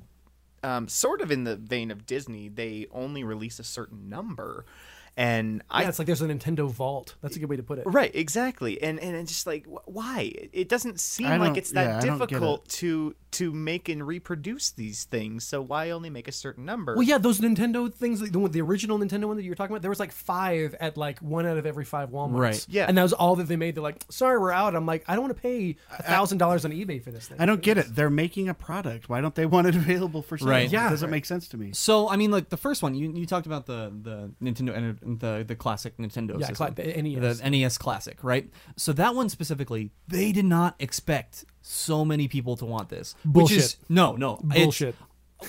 S1: um, sort of in the vein of Disney, they only release a certain number. And I
S9: Yeah, it's like there's a Nintendo Vault. That's a good way to put it.
S1: Right, exactly, and and it's just like wh- why it doesn't
S3: I
S1: seem like
S3: don't-
S1: it's that
S3: yeah, I don't get
S1: difficult to to make and reproduce these things. So why only make a certain number?
S9: Well, yeah, those Nintendo things, like the, one- the original Nintendo one that you were talking about, there was like five at like one out of every five Walmarts.
S4: Right.
S1: Yeah.
S9: And that was all that they made. They're like, sorry, we're out. I'm like, I don't want to pay $1,000 on eBay for this thing.
S3: I don't get it. They're making a product. Why don't they want it available for sale?
S4: Right.
S9: Yeah.
S3: It doesn't make sense to me.
S4: So I mean, like the first one, you, you talked about the the Nintendo and the the classic Nintendo
S9: Yeah,
S4: system,
S9: cla- the E NES.
S4: the NES classic, right? So that one specifically, they did not expect so many people to want this, which is
S9: Bullshit.
S4: no, no it's-
S9: Bullshit.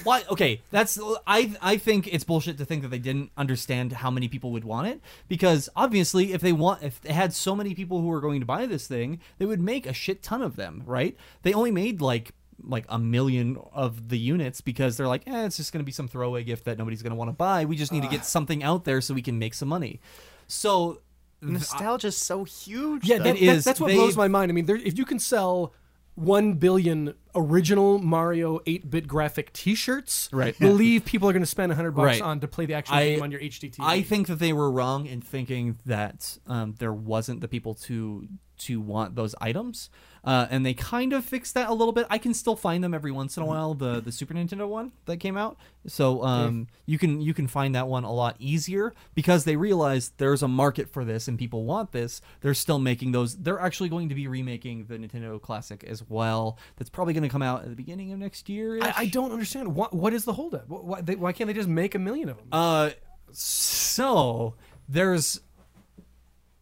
S4: why? Okay, that's I. I think it's bullshit to think that they didn't understand how many people would want it because obviously, if they want, if they had so many people who were going to buy this thing, they would make a shit ton of them, right? They only made like like a million of the units because they're like, eh, it's just going to be some throwaway gift that nobody's going to want to buy. We just need to get something out there so we can make some money. So
S1: nostalgia's so huge.
S9: Yeah,
S1: though.
S9: that,
S4: It
S9: that-
S4: is.
S9: that's what
S4: They-
S9: blows my mind. I mean, there, if you can sell one billion original Mario eight bit graphic T shirts,
S4: Right.
S9: Believe people are going to spend hundred bucks
S4: Right.
S9: on to play the actual
S4: I-
S9: game on your HDTV.
S4: I think that they were wrong in thinking that um, there wasn't the people to to want those items, uh, and they kind of fixed that a little bit. I can still find them every once in a
S9: Mm-hmm.
S4: while. The the Super Nintendo one that came out, so um, you can you can find that one a lot easier because they realized there's a market for this and people want this. They're still making those. They're actually going to be remaking the Nintendo Classic as well. That's probably going to come out at the beginning of next year.
S9: I, I don't understand what what is the holdup. Wh- Why, they, why can't they just make a million of them?
S4: Uh, so there's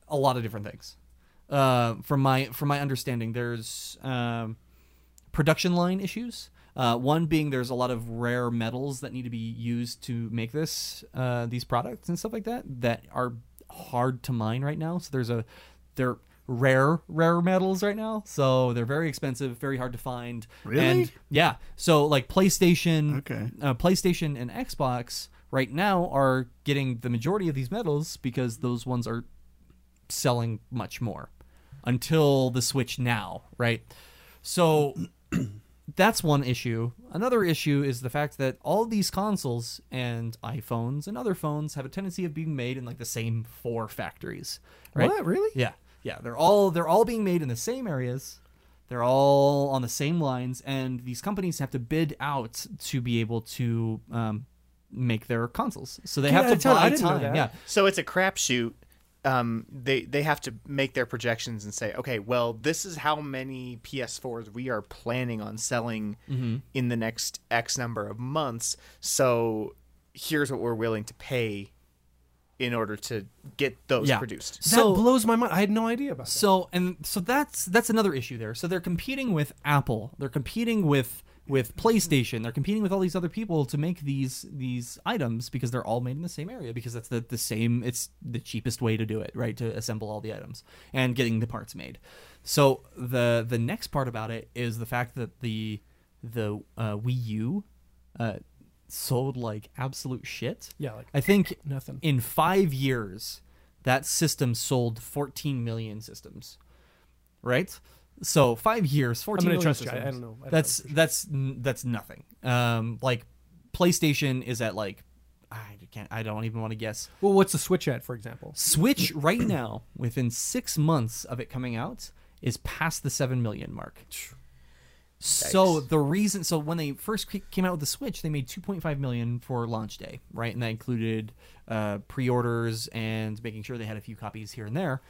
S4: a lot of different things. Uh, from my from my understanding, there's um, production line issues. Uh, one being there's a lot of rare metals that need to be used to make this uh, these products and stuff like that that are hard to mine right now. So there's a they're rare rare metals right now, so they're very expensive, very hard to find.
S3: Really?
S4: And yeah, so like PlayStation,
S3: Okay.
S4: uh, PlayStation and Xbox right now are getting the majority of these medals because those ones are selling much more until the Switch now, right? So that's one issue. Another issue is the fact that all these consoles and iPhones and other phones have a tendency of being made in like the same four factories. Right?
S9: What? Really?
S4: Yeah. Yeah, they're all they're all being made in the same areas. They're all on the same lines and these companies have to bid out to be able to um, make their consoles. So they
S9: Get out
S4: have
S9: of
S4: to
S9: town. I
S4: buy
S9: didn't know
S4: time.
S9: that.
S4: Yeah.
S1: So it's a crapshoot. Um, they they have to make their projections and say, okay, well, this is how many PS4s we are planning on selling in the next X number of months. So here's what we're willing to pay in order to get those
S4: Yeah.
S1: produced.
S4: So-
S6: that blows my mind. I had no idea about that.
S4: So and so that's that's another issue there. So they're competing with Apple. They're competing with with PlayStation. They're competing with all these other people to make these these items because they're all made in the same area because that's the the same it's the cheapest way to do it, right? To assemble all the items and getting the parts made. So the the next part about it is the fact that the the uh, Wii U uh, sold like absolute shit.
S6: Yeah, like
S4: I think
S6: nothing.
S4: in five years, that system sold 14 million systems, right? So five years, 14
S6: gonna
S4: million
S6: trust you. I-
S4: systems.
S6: I don't know. I don't know
S4: that's that's n- that's nothing. Um, like PlayStation is at like I can't. I don't even want to guess.
S6: Well, what's the Switch at, for example?
S4: Switch right now, within six months of it coming out, is past the seven million mark. So the reason, so when they first c- came out with the Switch, they made 2.5 million for launch day, right? And that included uh, pre-orders and making sure they had a few copies here and there.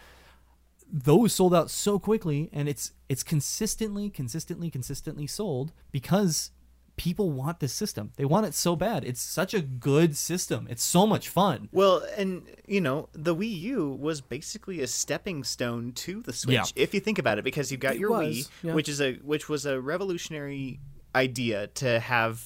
S4: Those sold out so quickly, and it's it's consistently, consistently, consistently sold because people want this system. They want it so bad. It's such a good system. It's so much fun.
S1: Well, and you know, the Wii U was basically a stepping stone to the Switch,
S4: Yeah.
S1: if you think about it, because you got your
S6: was,
S1: Wii,
S6: yeah.
S1: which is a which was a revolutionary idea to have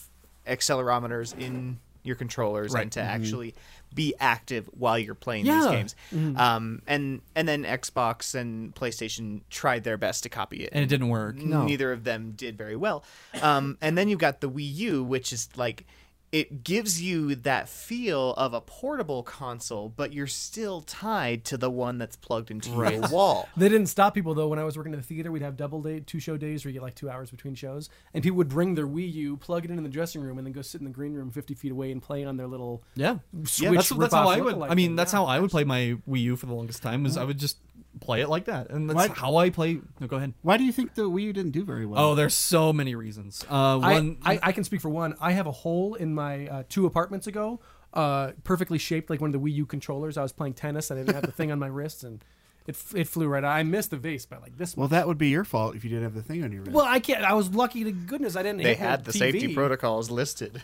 S1: accelerometers in your controllers
S4: Right.
S1: and to actually be active while you're playing these
S4: Yeah.
S1: games. Um, and and then Xbox and PlayStation tried their best to copy it,
S4: And it didn't work.
S1: neither of them did very well. Um, and then you've got the Wii U, which is like it gives you that feel of a portable console, but you're still tied to the one that's plugged into your wall.
S6: They didn't stop people though. When I was working at the theater, we'd have double day, two show days where you get like two hours between shows, and people would bring their Wii U, plug it in in the dressing room, and then go sit in the green room fifty feet away and play on their little
S4: Yeah.
S6: Switch.
S4: that's, that's how
S6: rip-off
S4: I would.
S6: lookalike
S4: I mean,
S6: thing.
S4: that's
S6: Yeah.
S4: how I would play my Wii U for the longest time. Is I would just play it like that, and that's
S3: What?
S4: how I play. No, go ahead.
S3: Why do you think the Wii U didn't do very well?
S4: Oh, there's so many reasons. Uh,
S6: I-
S4: one,
S6: I, I, can speak for one. I have a hole in my uh, two apartments ago, uh, perfectly shaped like one of the Wii U controllers. I was playing tennis and I didn't have the thing on my wrist, and it, f- it flew right out. I missed the vase by like this.
S3: well, that would be your fault if you didn't have the thing on your wrist.
S6: Well, I can't. I was lucky to goodness I didn't.
S1: They
S6: hit
S1: had the safety
S6: TV.
S1: protocols listed.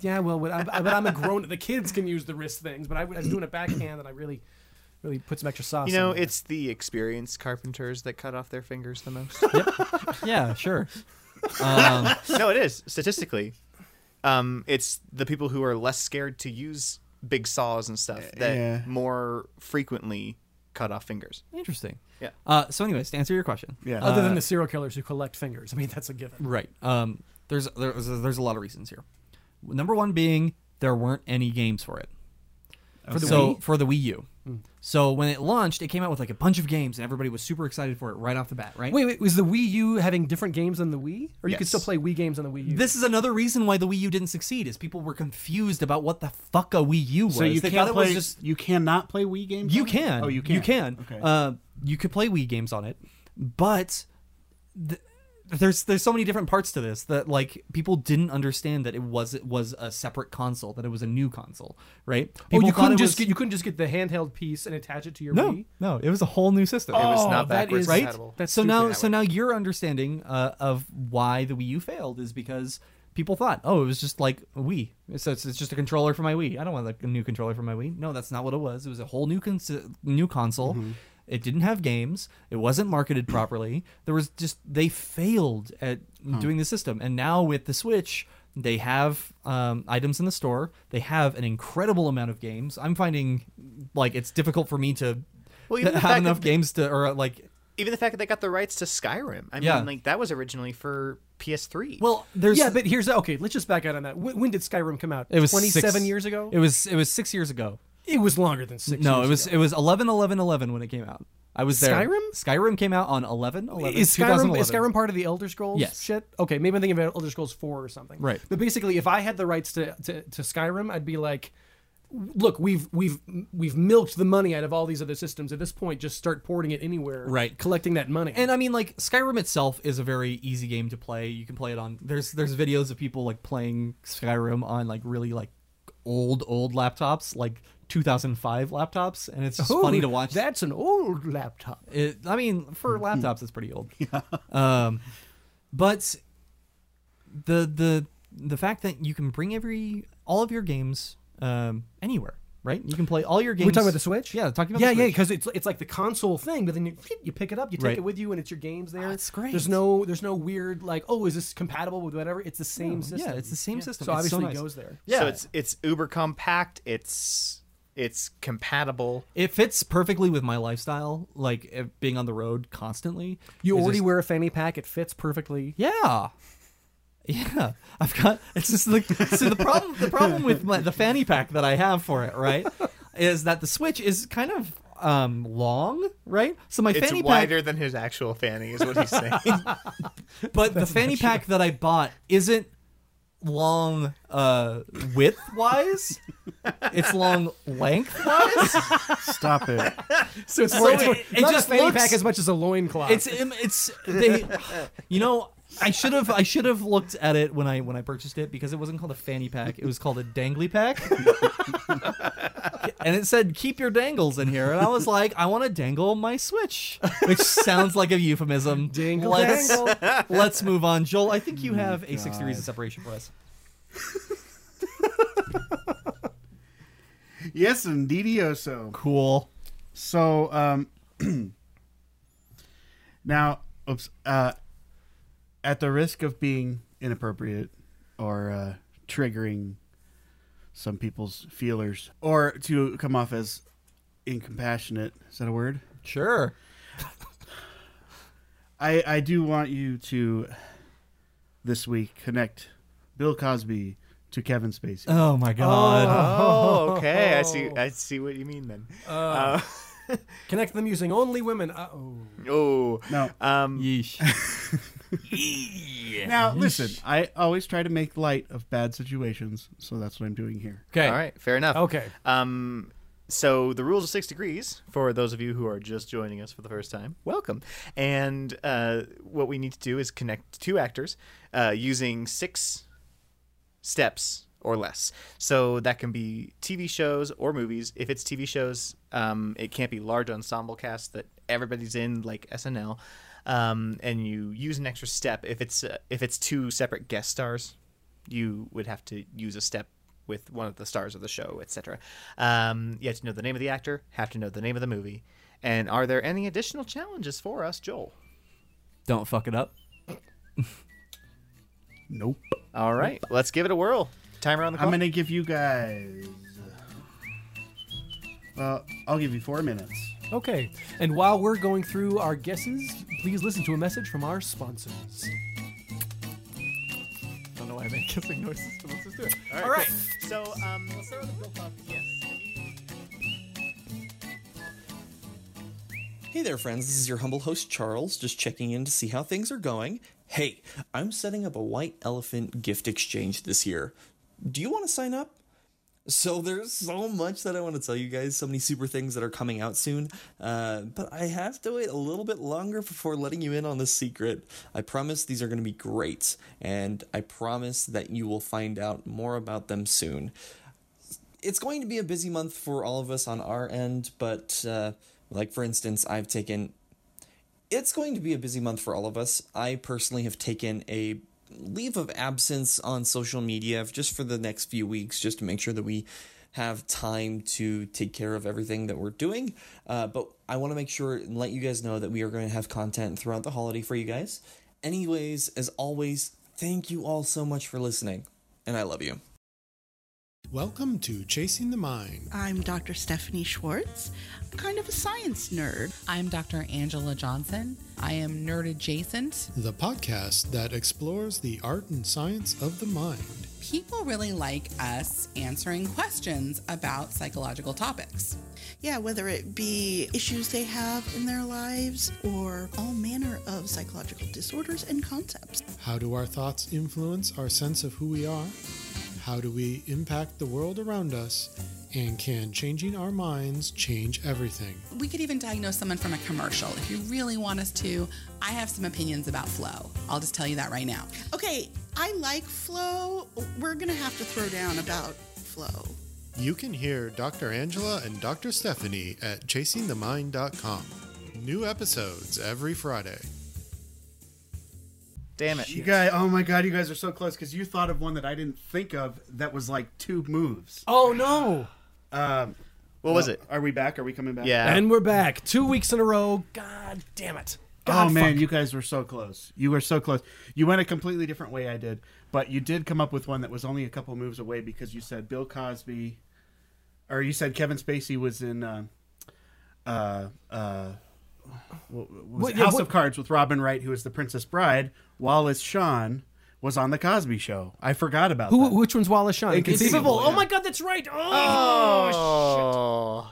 S6: Yeah, well, but I'm, but I'm a grown. The kids can use the wrist things, but I, was doing a backhand, and I really, really put some extra sauce.
S1: You know,
S6: in there.
S1: it's the experienced carpenters that cut off their fingers the most.
S4: yeah, sure.
S1: no, it is statistically. Um, it's the people who are less scared to use big saws and stuff that
S3: Yeah.
S1: more frequently cut off fingers.
S4: Interesting.
S1: Yeah.
S4: Uh, so, anyways, to answer your question,
S3: yeah.
S6: other
S4: uh,
S6: than the serial killers who collect fingers. I mean, that's a given.
S4: right? Um, there's there's there's a lot of reasons here. Number one being there weren't any games for it. For the so for the Wii Hmm. U. So when it launched, it came out with like a bunch of games, and everybody was super excited for it right off the bat, right?
S6: Wait, wait, was the Wii U having different games than the Wii, or you could
S1: Yes.
S6: still play Wii games on the Wii U?
S4: This is another reason why the Wii U didn't succeed is people were confused about what the fuck a Wii U was.
S3: so you
S4: they
S3: can't
S4: thought it
S3: play.
S4: was just
S3: you cannot play Wii games.
S4: you
S3: on it?
S4: can.
S3: Oh, you can.
S4: You can.
S3: Okay.
S4: Uh, you could play Wii games on it, but th- there's there's so many different parts to this that like people didn't understand that it was it was a separate console that it was a new console, right?
S6: oh,
S4: People
S6: you
S4: thought
S6: couldn't
S4: it
S6: just
S4: was-
S6: get you couldn't just get the handheld piece and attach it to your
S4: no
S6: Wii.
S4: no it was a whole new system.
S1: It was
S6: Oh,
S1: not
S6: that
S1: backwards
S6: is-
S4: right?
S1: compatible.
S6: That's
S4: so
S6: stupid.
S4: now, so now your understanding uh, of why the Wii U failed is because people thought, oh, it was just like a Wii. So it's, it's just a controller for my Wii. I don't want like, a new controller for my Wii. No, that's not what it was. It was a whole new cons- new console.
S1: Mm-hmm.
S4: It didn't have games. It wasn't marketed properly. There was just they failed at
S1: Hmm.
S4: doing the system. And now with the Switch. They have um, items in the store. They have an incredible amount of games. I'm finding, like, it's difficult for me to
S1: Well, even the
S4: have
S1: fact
S4: enough
S1: that-
S4: games to, or like,
S1: even the fact that they got the rights to Skyrim. I mean,
S4: Yeah.
S1: like that was originally for PS3.
S4: Well, there's
S6: yeah, but here's okay. Let's just back out on that. When, when did Skyrim come out?
S4: it was
S6: 27
S4: six-
S6: years ago.
S4: It was it was six years ago.
S6: It was longer than six.
S4: no,
S6: years
S4: it was
S6: ago.
S4: it was 11, 11, 11 when it came out. I was there.
S6: Skyrim?
S4: Skyrim came out on 11,
S6: Is
S4: 11
S6: Skyrim, is
S4: 2011.
S6: Skyrim part of the Elder Scrolls
S4: Yes.
S6: shit? Okay, maybe I'm thinking about Elder Scrolls 4 or something.
S4: Right.
S6: But basically, if I had the rights to, to, to Skyrim, I'd be like, look, we've we've we've milked the money out of all these other systems. At this point, just start porting it anywhere.
S4: Right.
S6: Collecting that money.
S4: And I mean, like Skyrim itself is a very easy game to play. You can play it on. There's there's videos of people like playing Skyrim on like really like old old laptops, like 2005 laptops, and it's just
S6: Ooh,
S4: funny to watch.
S6: That's an old laptop.
S4: It, I mean, for laptops, it's pretty old. Um, but the the the fact that you can bring every all of your games um, anywhere right? You can play all your games.
S6: We're talking about the Switch.
S4: Yeah, talking about
S6: yeah,
S4: the
S6: yeah,
S4: Switch.
S6: because it's it's like the console thing, but then you, you pick it up, you take
S4: Right.
S6: it with you, and it's your games there.
S4: it's great.
S6: There's no there's no weird like oh is this compatible with whatever? It's the same
S4: Yeah,
S6: system.
S4: it's the same system.
S6: So
S4: It's so
S6: obviously
S4: nice.
S6: it goes there.
S4: Yeah.
S1: So it's it's uber compact. It's it's compatible.
S4: it fits perfectly with my lifestyle, like eh, being on the road constantly.
S6: You
S4: It's
S6: already
S4: just-
S6: wear a fanny pack. It fits perfectly.
S4: Yeah. Yeah, I've got. It's just like so. The problem, the problem with my, the fanny pack that I have for it, right, is that the Switch is kind of um long, right? So my
S1: It's
S4: fanny pack,
S1: wider than his actual fanny, is what he's saying.
S4: but the fanny pack that I bought isn't long uh width wise. it's long length wise.
S3: Stop it.
S6: So it's
S4: So more- it's more- it- it
S6: not
S4: just
S6: a fanny
S4: looks-
S6: pack as much as a loincloth.
S4: It's im- it's they, you know, I should have I should have looked at it when I when I purchased it because it wasn't called a fanny pack. It was called a dangly pack, and it said "keep your dangles in here." And I was like, I want to dangle my switch, which sounds like a euphemism.
S6: Dingle
S4: let's
S6: dangle. Oh
S4: let's move on, Joel. I think you have a six degrees of separation for us.
S3: Yes, indeed, so.
S4: Cool.
S3: So, um, now, oops, uh, at the risk of being inappropriate or uh, triggering some people's feelers, or to come off as incompassionate, is that a word?
S4: Sure.
S3: I, I do want you to this week connect Bill Cosby to Kevin Spacey.
S4: Oh my god.
S1: oh, okay. I see. I see what you mean then.
S4: Uh,
S6: Connect them using only women. Uh oh.
S1: Oh,
S3: no,
S1: um,
S4: Yeesh.
S3: now listen. I always try to make light of bad situations, so that's what I'm doing here.
S6: Okay.
S1: all right, fair enough.
S6: Okay.
S1: Um, so the rules of six degrees for those of you who are just joining us for the first time. Welcome. And uh, what we need to do is connect two actors uh, using six steps or less. So that can be TV shows or movies. If it's TV shows, um, it can't be large ensemble casts that everybody's in, like SNL. Um, and you use an extra step if it's uh, if it's two separate guest stars, you would have to use a step with one of the stars of the show, etc. Um, you have to know the name of the actor, have to know the name of the movie, and are there any additional challenges for us, Joel?
S4: Don't fuck it up.
S3: Nope.
S1: All right, let's give it a whirl. Timer on the clock.
S3: I'm gonna give you guys. Well, I'll give you four minutes.
S6: Okay. And while we're going through our guesses, please listen to a message from our sponsors.
S4: Don't know why I made kissing noises. Let's just do it.
S1: All right. So, um, let's start with
S10: Hey there, friends. This is your humble host, Charles, just checking in to see how things are going. Hey, I'm setting up a white elephant gift exchange this year. Do you want to sign up? So, there's so much that I want to tell you guys, so many super things that are coming out soon, uh, but I have to wait a little bit longer before letting you in on the secret. I promise these are going to be great, and I promise that you will find out more about them soon it's going to be a busy month for all of us on our end, but uh, like for instance, I've taken. It's going to be a busy month for all of us. I personally have taken a leave of absence on social media just for the next few weeks, just to make sure that we have time to take care of everything that we're doing. Uh, but I want to make sure and let you guys know that we are going to have content throughout the holiday for you guys. Anyways, as always, thank you all so much for listening, and I love you.
S11: Welcome to Chasing the Mind.
S12: I'm Dr. Stephanie Schwartz, kind of a science nerd.
S13: I'm Dr. Angela Johnson. I am nerd adjacent.
S11: The podcast that explores the art and science of the mind.
S13: People really like us answering questions about psychological topics.
S12: Yeah, whether it be issues they have in their lives or all manner of psychological disorders and concepts.
S11: How do our thoughts influence our sense of who we are? How do we impact the world around us? And can changing our minds change everything?
S13: We could even diagnose someone from a commercial if you really want us to. I have some opinions about flow. I'll just tell you that right now.
S12: Okay, I like flow. We're going to have to throw down about flow.
S11: You can hear Dr. Angela and Dr. Stephanie at chasingthemind.com. New episodes every Friday.
S1: Damn it.
S3: You guys, oh my god, you guys are so close because you thought of one that I didn't think of that was like two moves.
S6: Oh no!
S3: Um,
S1: Oh, what was
S3: well,
S1: it?
S3: Are we back? Are we coming back?
S6: And we're back. Two weeks in a row. God damn it.
S3: oh
S6: God
S3: man,
S6: fuck.
S3: you guys were so close. You were so close. You went a completely different way I did, but you did come up with one that was only a couple moves away because you said Bill Cosby, or you said Kevin Spacey was in uh, uh, uh, what, what was
S6: What-
S3: it?
S6: yeah,
S3: House
S6: what-
S3: of Cards with Robin Wright, who was the Princess Bride. Wallace Shawn was on the Cosby Show. I forgot about
S6: Who,
S3: that.
S6: which one's Wallace Shawn?
S3: Inconceivable,
S6: Oh
S3: yeah.
S6: my god, that's right. Oh,
S1: Oh,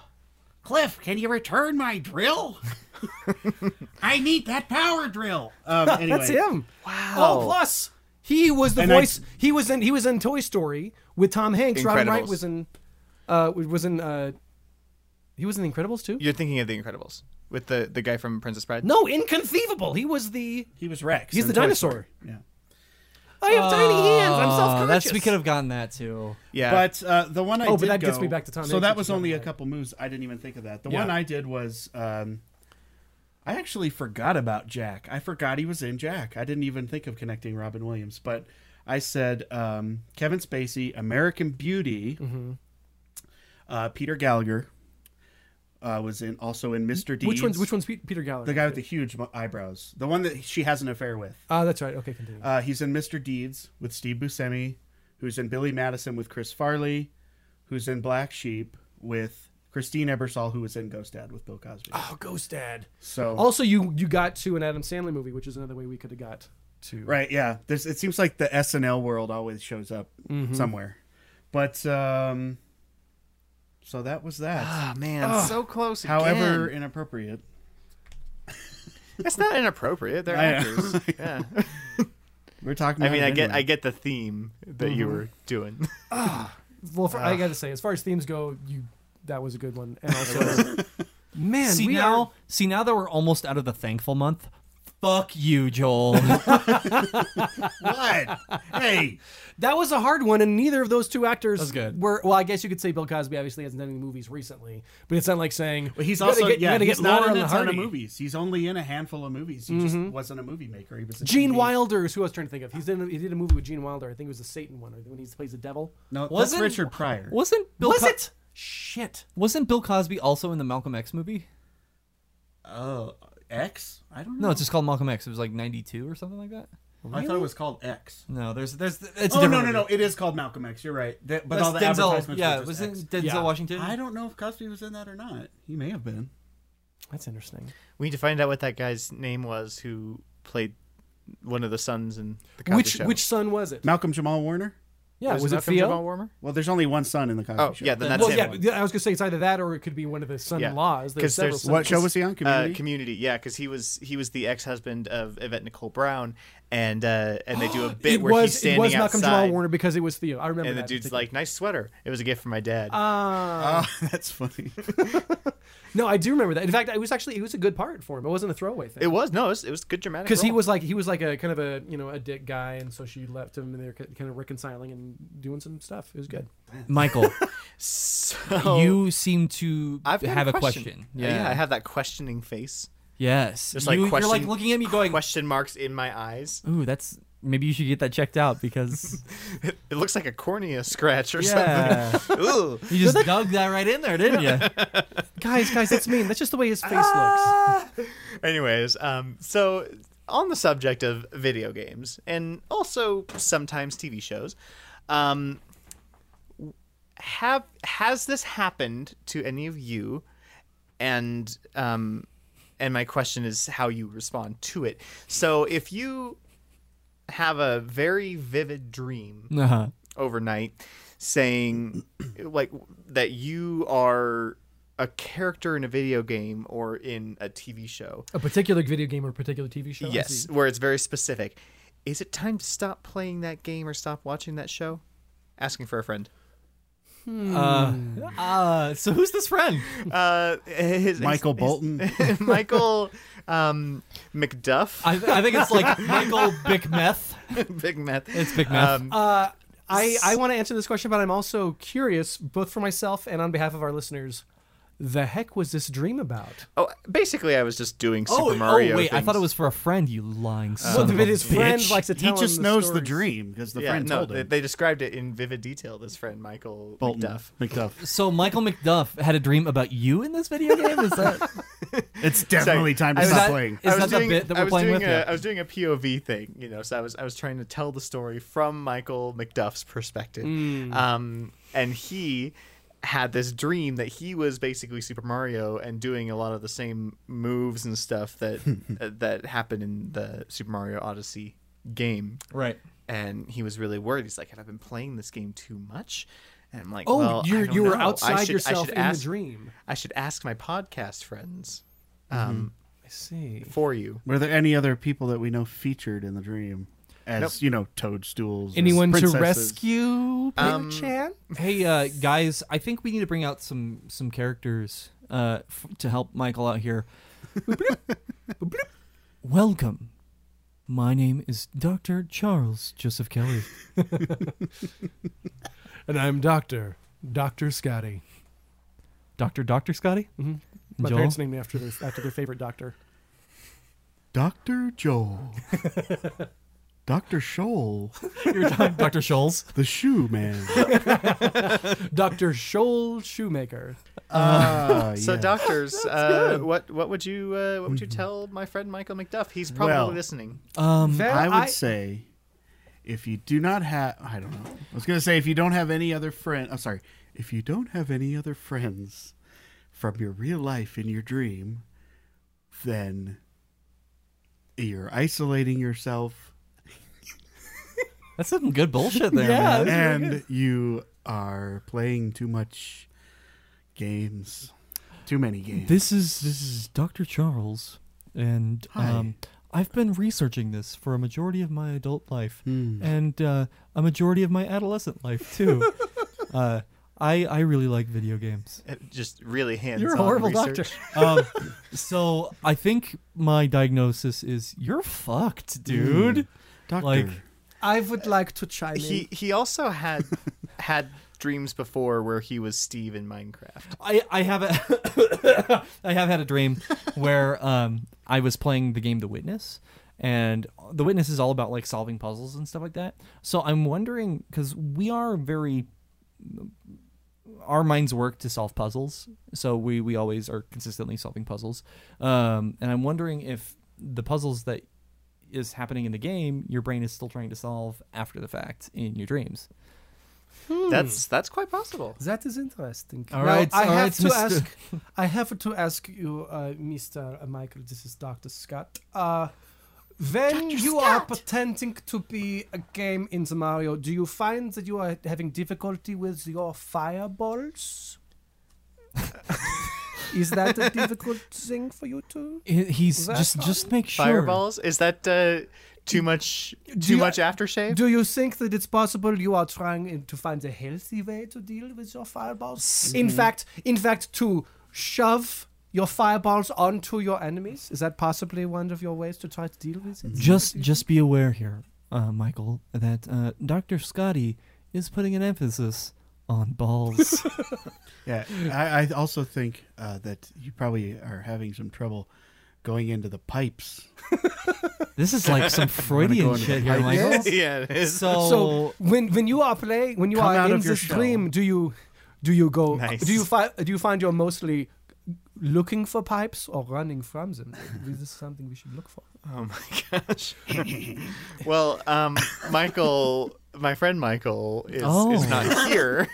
S3: Cliff, can you return my drill? I need that power drill. Um, anyway,
S6: That's him.
S1: Wow.
S6: Oh, plus he was the
S3: And I-
S6: voice. he was in. He was in Toy Story with Tom Hanks. Robin Wright
S1: Incredibles.
S6: was in. Uh, was in. Uh, he was in The Incredibles too.
S1: You're thinking of The Incredibles with the, the guy from Princess Bride?
S6: No, inconceivable. He was the.
S3: He was Rex.
S6: He's
S3: in
S6: the
S3: Toy
S6: dinosaur.
S3: Story. Yeah.
S6: I
S3: Oh,
S6: have tiny hands. I'm self
S4: Oh, that's
S6: conscious.
S4: we could have gotten that too.
S1: Yeah.
S3: But uh, the one I
S6: Oh, but
S3: did
S6: that gets
S3: go-
S6: me back to Tom
S3: So
S6: Hanks,
S3: that
S6: which
S3: was
S6: is not
S3: only a
S6: bad.
S3: couple moves. I didn't even think of that. The
S6: Yeah.
S3: one I did was um, I actually forgot about Jack. I forgot he was in Jack. I didn't even think of connecting Robin Williams, but I said um, Kevin Spacey, American Beauty,
S6: Mm-hmm.
S3: uh, Peter Gallagher uh, was in also in Mr. Deeds.
S6: Which one's Which one's Pe- Peter Gallagher?
S3: The guy with the huge mo- eyebrows, the one that she has an affair with.
S6: Ah, that's right. Okay, continue.
S3: Uh, he's in Mr. Deeds with Steve Buscemi, who's in Billy Madison with Chris Farley, who's in Black Sheep with Christine Ebersol, who was in Ghost Dad with Bill Cosby.
S1: Ah,
S6: oh, Ghost Dad.
S3: So
S6: Oh. Also, you you got to an Adam Sandler movie, which is another way we could have got to.
S3: right, yeah. There's, it seems like the SNL world always shows up
S1: Mm-hmm.
S3: somewhere, but um, so that was that.
S1: Ah, man, so close.
S3: However
S1: again.
S3: inappropriate.
S1: that's not inappropriate. They're
S3: I-
S1: actors. yeah.
S3: We're talking.
S1: I
S3: about
S1: mean,
S3: it
S1: I get
S3: anyway.
S1: I get the theme that you
S3: Mm-hmm.
S1: were doing.
S6: Well, for, I got to say, as far as themes go, you that was a good one, and also, man,
S4: see
S6: we
S4: now,
S6: are
S4: see now that we're almost out of the thankful month. Fuck you, Joel.
S3: what? Hey,
S6: That was a hard one, and neither of those two actors
S4: That was good.
S6: were. Well, I guess you could say Bill Cosby obviously hasn't done any movies recently, but it's not like saying
S3: But he's
S6: "You gotta
S3: also
S6: get, you
S3: yeah,
S6: gotta
S3: he's
S6: get
S3: not
S6: Laurel
S3: in a
S6: and
S3: ton of
S6: Hardy."
S3: movies. He's only in a handful of movies. He
S1: Mm-hmm.
S3: just wasn't a movie maker. He was a
S6: Gene
S3: TV.
S6: Wilder is who I was trying to think of. He's in. He did a movie with Gene Wilder. I think it was the Satan one, or when he plays the devil.
S3: No, that's
S4: Wasn't-
S3: Richard Pryor.
S4: wasn't Bill
S6: was
S4: Co-
S6: it? Shit.
S4: Wasn't Bill Cosby also in the Malcolm X movie?
S3: Oh, X? I don't know.
S4: No, it's just called Malcolm X. It was like '92 or something like that.
S3: I thought it was called X.
S4: No, there's there's it's
S3: oh
S4: a different
S3: no, no,
S4: movie.
S3: no! It is called Malcolm X. You're right. That- but
S4: That's
S3: all the
S4: Denzel.
S3: advertisements
S4: Yeah,
S3: were
S4: was
S3: just
S4: it
S3: X.
S4: Denzel
S6: Yeah.
S4: Washington?
S3: I don't know if Cosby was in that or not. He may have been.
S6: That's interesting.
S1: we need to find out what that guy's name was who played one of the sons in the Cosby
S6: Which
S1: Show.
S6: which son was it?
S3: Malcolm Jamal Warner.
S6: Yeah, was, it
S1: Malcolm Jamal
S6: Theo?
S1: Warner?
S3: Well, there's only one son in the Cosby
S1: Oh,
S3: Show.
S1: yeah, then that's
S6: Well,
S1: him.
S6: yeah, but I was gonna say it's either that or it could be one of his son-in-laws.
S1: Yeah. 'Cause
S6: several
S1: there's-
S3: What
S6: sons.
S3: show was he on? Community.
S1: Uh, community, yeah, because he was he was the ex husband of Yvette Nicole Brown, and uh, and they do a bit
S6: It
S1: where
S6: was
S1: he's standing
S6: it was Malcolm
S1: outside,
S6: Jamal Warner because it was Theo. I remember
S1: and the
S6: that.
S1: dude's
S6: particular-
S1: like, "Nice sweater. It was a gift from my dad."
S4: Uh,
S3: oh, that's funny.
S6: No, I do remember that. In fact, it was actually it was a good part for him. It wasn't a throwaway thing.
S1: it was no, it was, it was good dramatic
S6: because he
S1: role.
S6: was like he was like a kind of a you know a dick guy, and so she left him, and they were kind of reconciling and doing some stuff. It was good.
S4: Michael,
S1: So-
S4: you seem to
S1: I've got
S4: have
S1: a question. Uh,
S4: Yeah.
S1: I have that questioning face.
S4: Yes.
S1: Just like
S4: you,
S1: question,
S4: you're like looking at me going,
S1: question marks in my eyes.
S4: "Ooh, that's maybe you should get that checked out because
S1: It, it looks like a cornea scratch or
S4: yeah,
S1: something. Ooh.
S4: you just dug that right in there, didn't you?"
S6: Guys, guys, that's mean. That's just the way his face
S4: Ah.
S6: looks.
S1: Anyways, um, so on the subject of video games and also sometimes TV shows, um, have has this happened to any of you? And um, and my question is how you respond to it. So if you have a very vivid dream
S4: Uh-huh.
S1: overnight saying like that you are a character in a video game or in a TV show.
S6: A particular video game or a particular TV show. I
S1: yes,
S6: see.
S1: where it's very specific. Is it time to stop playing that game or stop watching that show? Asking for a friend.
S4: Uh, so who's this friend?
S1: Uh, his,
S3: Michael
S1: his-
S3: Bolton.
S1: Michael um, McDuff.
S4: I, I think it's like Michael Big Meth.
S1: Big Meth.
S4: It's Big Meth.
S1: Um,
S6: Uh, I I want to answer this question, but I'm also curious, both for myself and on behalf of our listeners. the heck was this dream about?
S1: Oh, basically, I was just doing Super
S4: oh,
S1: Mario.
S4: wait, I
S1: things.
S4: thought it was for a friend. You lying son
S6: Well,
S4: of
S6: if
S4: a
S6: it is
S4: bitch.
S6: friend likes to tell
S3: he just
S6: him
S3: knows
S6: the,
S3: the
S6: stories.
S3: dream because the
S1: yeah,
S3: friend
S1: no,
S3: told
S1: they,
S3: him.
S1: they described it in vivid detail. This friend Michael
S3: Bolton.
S1: Duff.
S3: McDuff.
S4: So Michael McDuff had a dream about you in this video game. Is that
S3: It's definitely time to
S1: I was-
S3: stop
S4: that-
S3: playing.
S4: Is
S1: I was
S4: that the
S1: doing,
S4: bit that
S1: I
S4: we're
S1: was
S4: playing
S1: doing
S4: with?
S1: a,
S4: Yeah.
S1: I was doing a POV thing, you know. So I was I was trying to tell the story from Michael McDuff's perspective, um, and he had this dream that he was basically Super Mario and doing a lot of the same moves and stuff that uh, that happened in the Super Mario Odyssey game.
S4: right?
S1: And he was really worried. He's like, "Have I been playing this game too much?" And I'm like,
S6: Oh,
S1: "Well, I
S6: you're
S1: don't
S6: you were
S1: know. I
S6: outside
S1: should- I
S6: yourself
S1: should
S6: in
S1: ask-
S6: the dream.
S1: I should ask my podcast friends um,
S6: I see.
S1: for you."
S3: Were there any other people that we know featured in the dream as you know toadstools? or
S9: Anyone to
S3: princesses?
S9: rescue?
S1: Um,
S9: Chan?
S4: Hey uh, guys, I think we need to bring out some some characters uh, f- to help Michael out here. Welcome. My name is Dr. Charles Joseph Kelly.
S6: And I'm Doctor Doctor Scotty.
S4: Dr. Dr. Scotty? Mm-hmm.
S6: My
S4: Joel?
S6: parents named me after their after their favorite doctor.
S3: Doctor Joel, Doctor Shoal,
S4: You're talking Dr. Scholes.
S3: the shoe man.
S6: Doctor Shoal Shoemaker.
S3: Ah,
S1: So
S3: yes.
S1: doctors, uh, what what would you uh, what would you tell my friend Michael McDuff? He's probably
S3: Well-
S1: listening.
S4: Um,
S3: I would say if you do not have, I don't know. I was gonna say if you don't have any other friend. I'm sorry. If you don't have any other friends from your real life in your dream, then you're isolating yourself
S4: that's some good bullshit there. man.
S3: and you are playing too much games, too many games.
S4: This is this is Dr. Charles, and um, I've been researching this for a majority of my adult life, and uh, a majority of my adolescent life too. uh, I I really like video games.
S1: Uh, Just really hands.
S6: You're a horrible doctor.
S4: Um, so I think my diagnosis is you're fucked, dude.
S3: Doctor,
S4: Like
S6: I would like to chime
S1: He he also had had dreams before where he was Steve in Minecraft.
S4: I I have a I have had a dream where um I was playing the game The Witness and The Witness is all about like solving puzzles and stuff like that. So I'm wondering cuz we are very our minds work to solve puzzles. So we we always are consistently solving puzzles. Um and I'm wondering if the puzzles that is happening in the game, your brain is still trying to solve after the fact in your dreams.
S6: Hmm.
S1: That's that's quite possible.
S6: That is interesting.
S4: All
S6: Now,
S4: right,
S6: I
S4: all
S6: have
S4: right,
S6: to
S4: Mr.
S6: ask. I have to ask you, uh, Mister Michael. This is Doctor Scott. Uh, when you are pretending to be a game in the Mario, do you find that you are having difficulty with your fireballs? is that a difficult thing for you to?
S4: He- He's
S6: That's
S4: just just make sure
S1: Fireballs is that uh, too much too
S6: you-
S1: much aftershave?
S6: Do you think that it's possible you are trying in- to find a healthy way to deal with your fireballs? In
S3: mm-hmm.
S6: fact, in fact, to shove your fireballs onto your enemies is that possibly one of your ways to try to deal with it?
S4: just just be aware here, uh, Michael, that uh, Doctor Scotty is putting an emphasis on balls.
S3: Yeah, I, I also think uh, that you probably are having some trouble going into the pipes.
S4: this is like some Freudian
S3: into
S4: shit
S3: the
S4: here, Michael.
S1: yeah, it is.
S4: So,
S6: So when when you are playing, when you
S3: Come
S6: are
S3: out
S6: in
S3: of your
S6: this
S3: shell.
S6: dream, do you do you go?
S1: Nice.
S6: Do you find do you find you're mostly looking for pipes or running from them? this is something we should look for.
S1: Oh my gosh. well, um, Michael, my friend Michael is,
S4: Oh.
S1: is not here.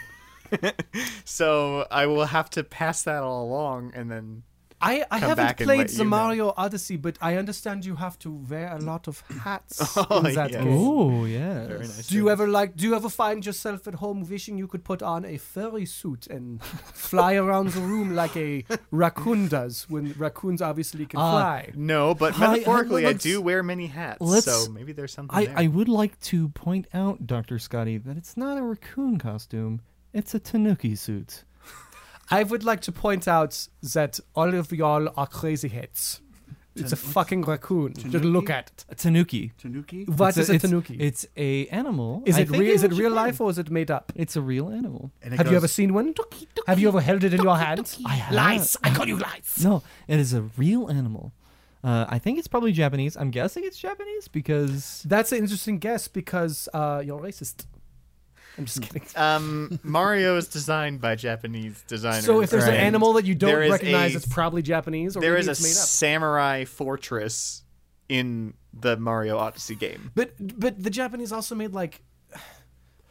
S1: so I will have to pass that all along and then
S6: I, I
S1: Come
S6: haven't
S1: back and
S6: played
S1: let
S6: the
S1: you know.
S6: Mario Odyssey, but I understand you have to wear a lot of hats
S1: Oh,
S6: in that
S1: yes.
S6: game.
S4: oh yeah,
S1: very nice.
S6: Do you ever like? Do you ever find yourself at home wishing you could put on a furry suit and fly around the room like a raccoon does? When raccoons obviously can
S4: Ah.
S6: fly.
S1: No, but
S4: Hi,
S1: metaphorically, I
S4: let's-
S1: do wear many hats.
S4: let's-
S1: So maybe there's something
S4: I
S1: there.
S4: I would like to point out, Doctor Scotty, that it's not a raccoon costume; it's a tanuki suit.
S6: I would like to point out that all of y'all are crazy heads, It's a fucking raccoon. Just look at it.
S4: A tanuki.
S3: Tanuki?
S6: What
S4: It's
S6: is a
S4: it's-
S6: tanuki?
S4: It's a animal.
S6: Is
S4: I
S6: it
S4: think
S6: real?
S4: in
S6: Is it
S4: Japan.
S6: real life or is it made up?
S4: It's a real animal.
S3: And it
S6: Have you
S3: goes-
S6: ever seen one? Have you ever held it in your hand?
S4: I have.
S6: Lice. I call you lice.
S4: No, it is a real animal. Uh, I think it's probably Japanese. I'm guessing it's Japanese because
S6: That's an interesting guess because uh, you're racist. I'm
S1: Hmm.
S6: just kidding.
S1: Um, Mario is designed by Japanese designers.
S6: So if there's
S1: right?
S6: an animal that you don't
S1: There is
S6: recognize,
S1: a-
S6: it's probably Japanese or
S1: there
S6: maybe
S1: is a
S6: it's made up.
S1: samurai fortress in the Mario Odyssey game.
S6: But but the Japanese also made like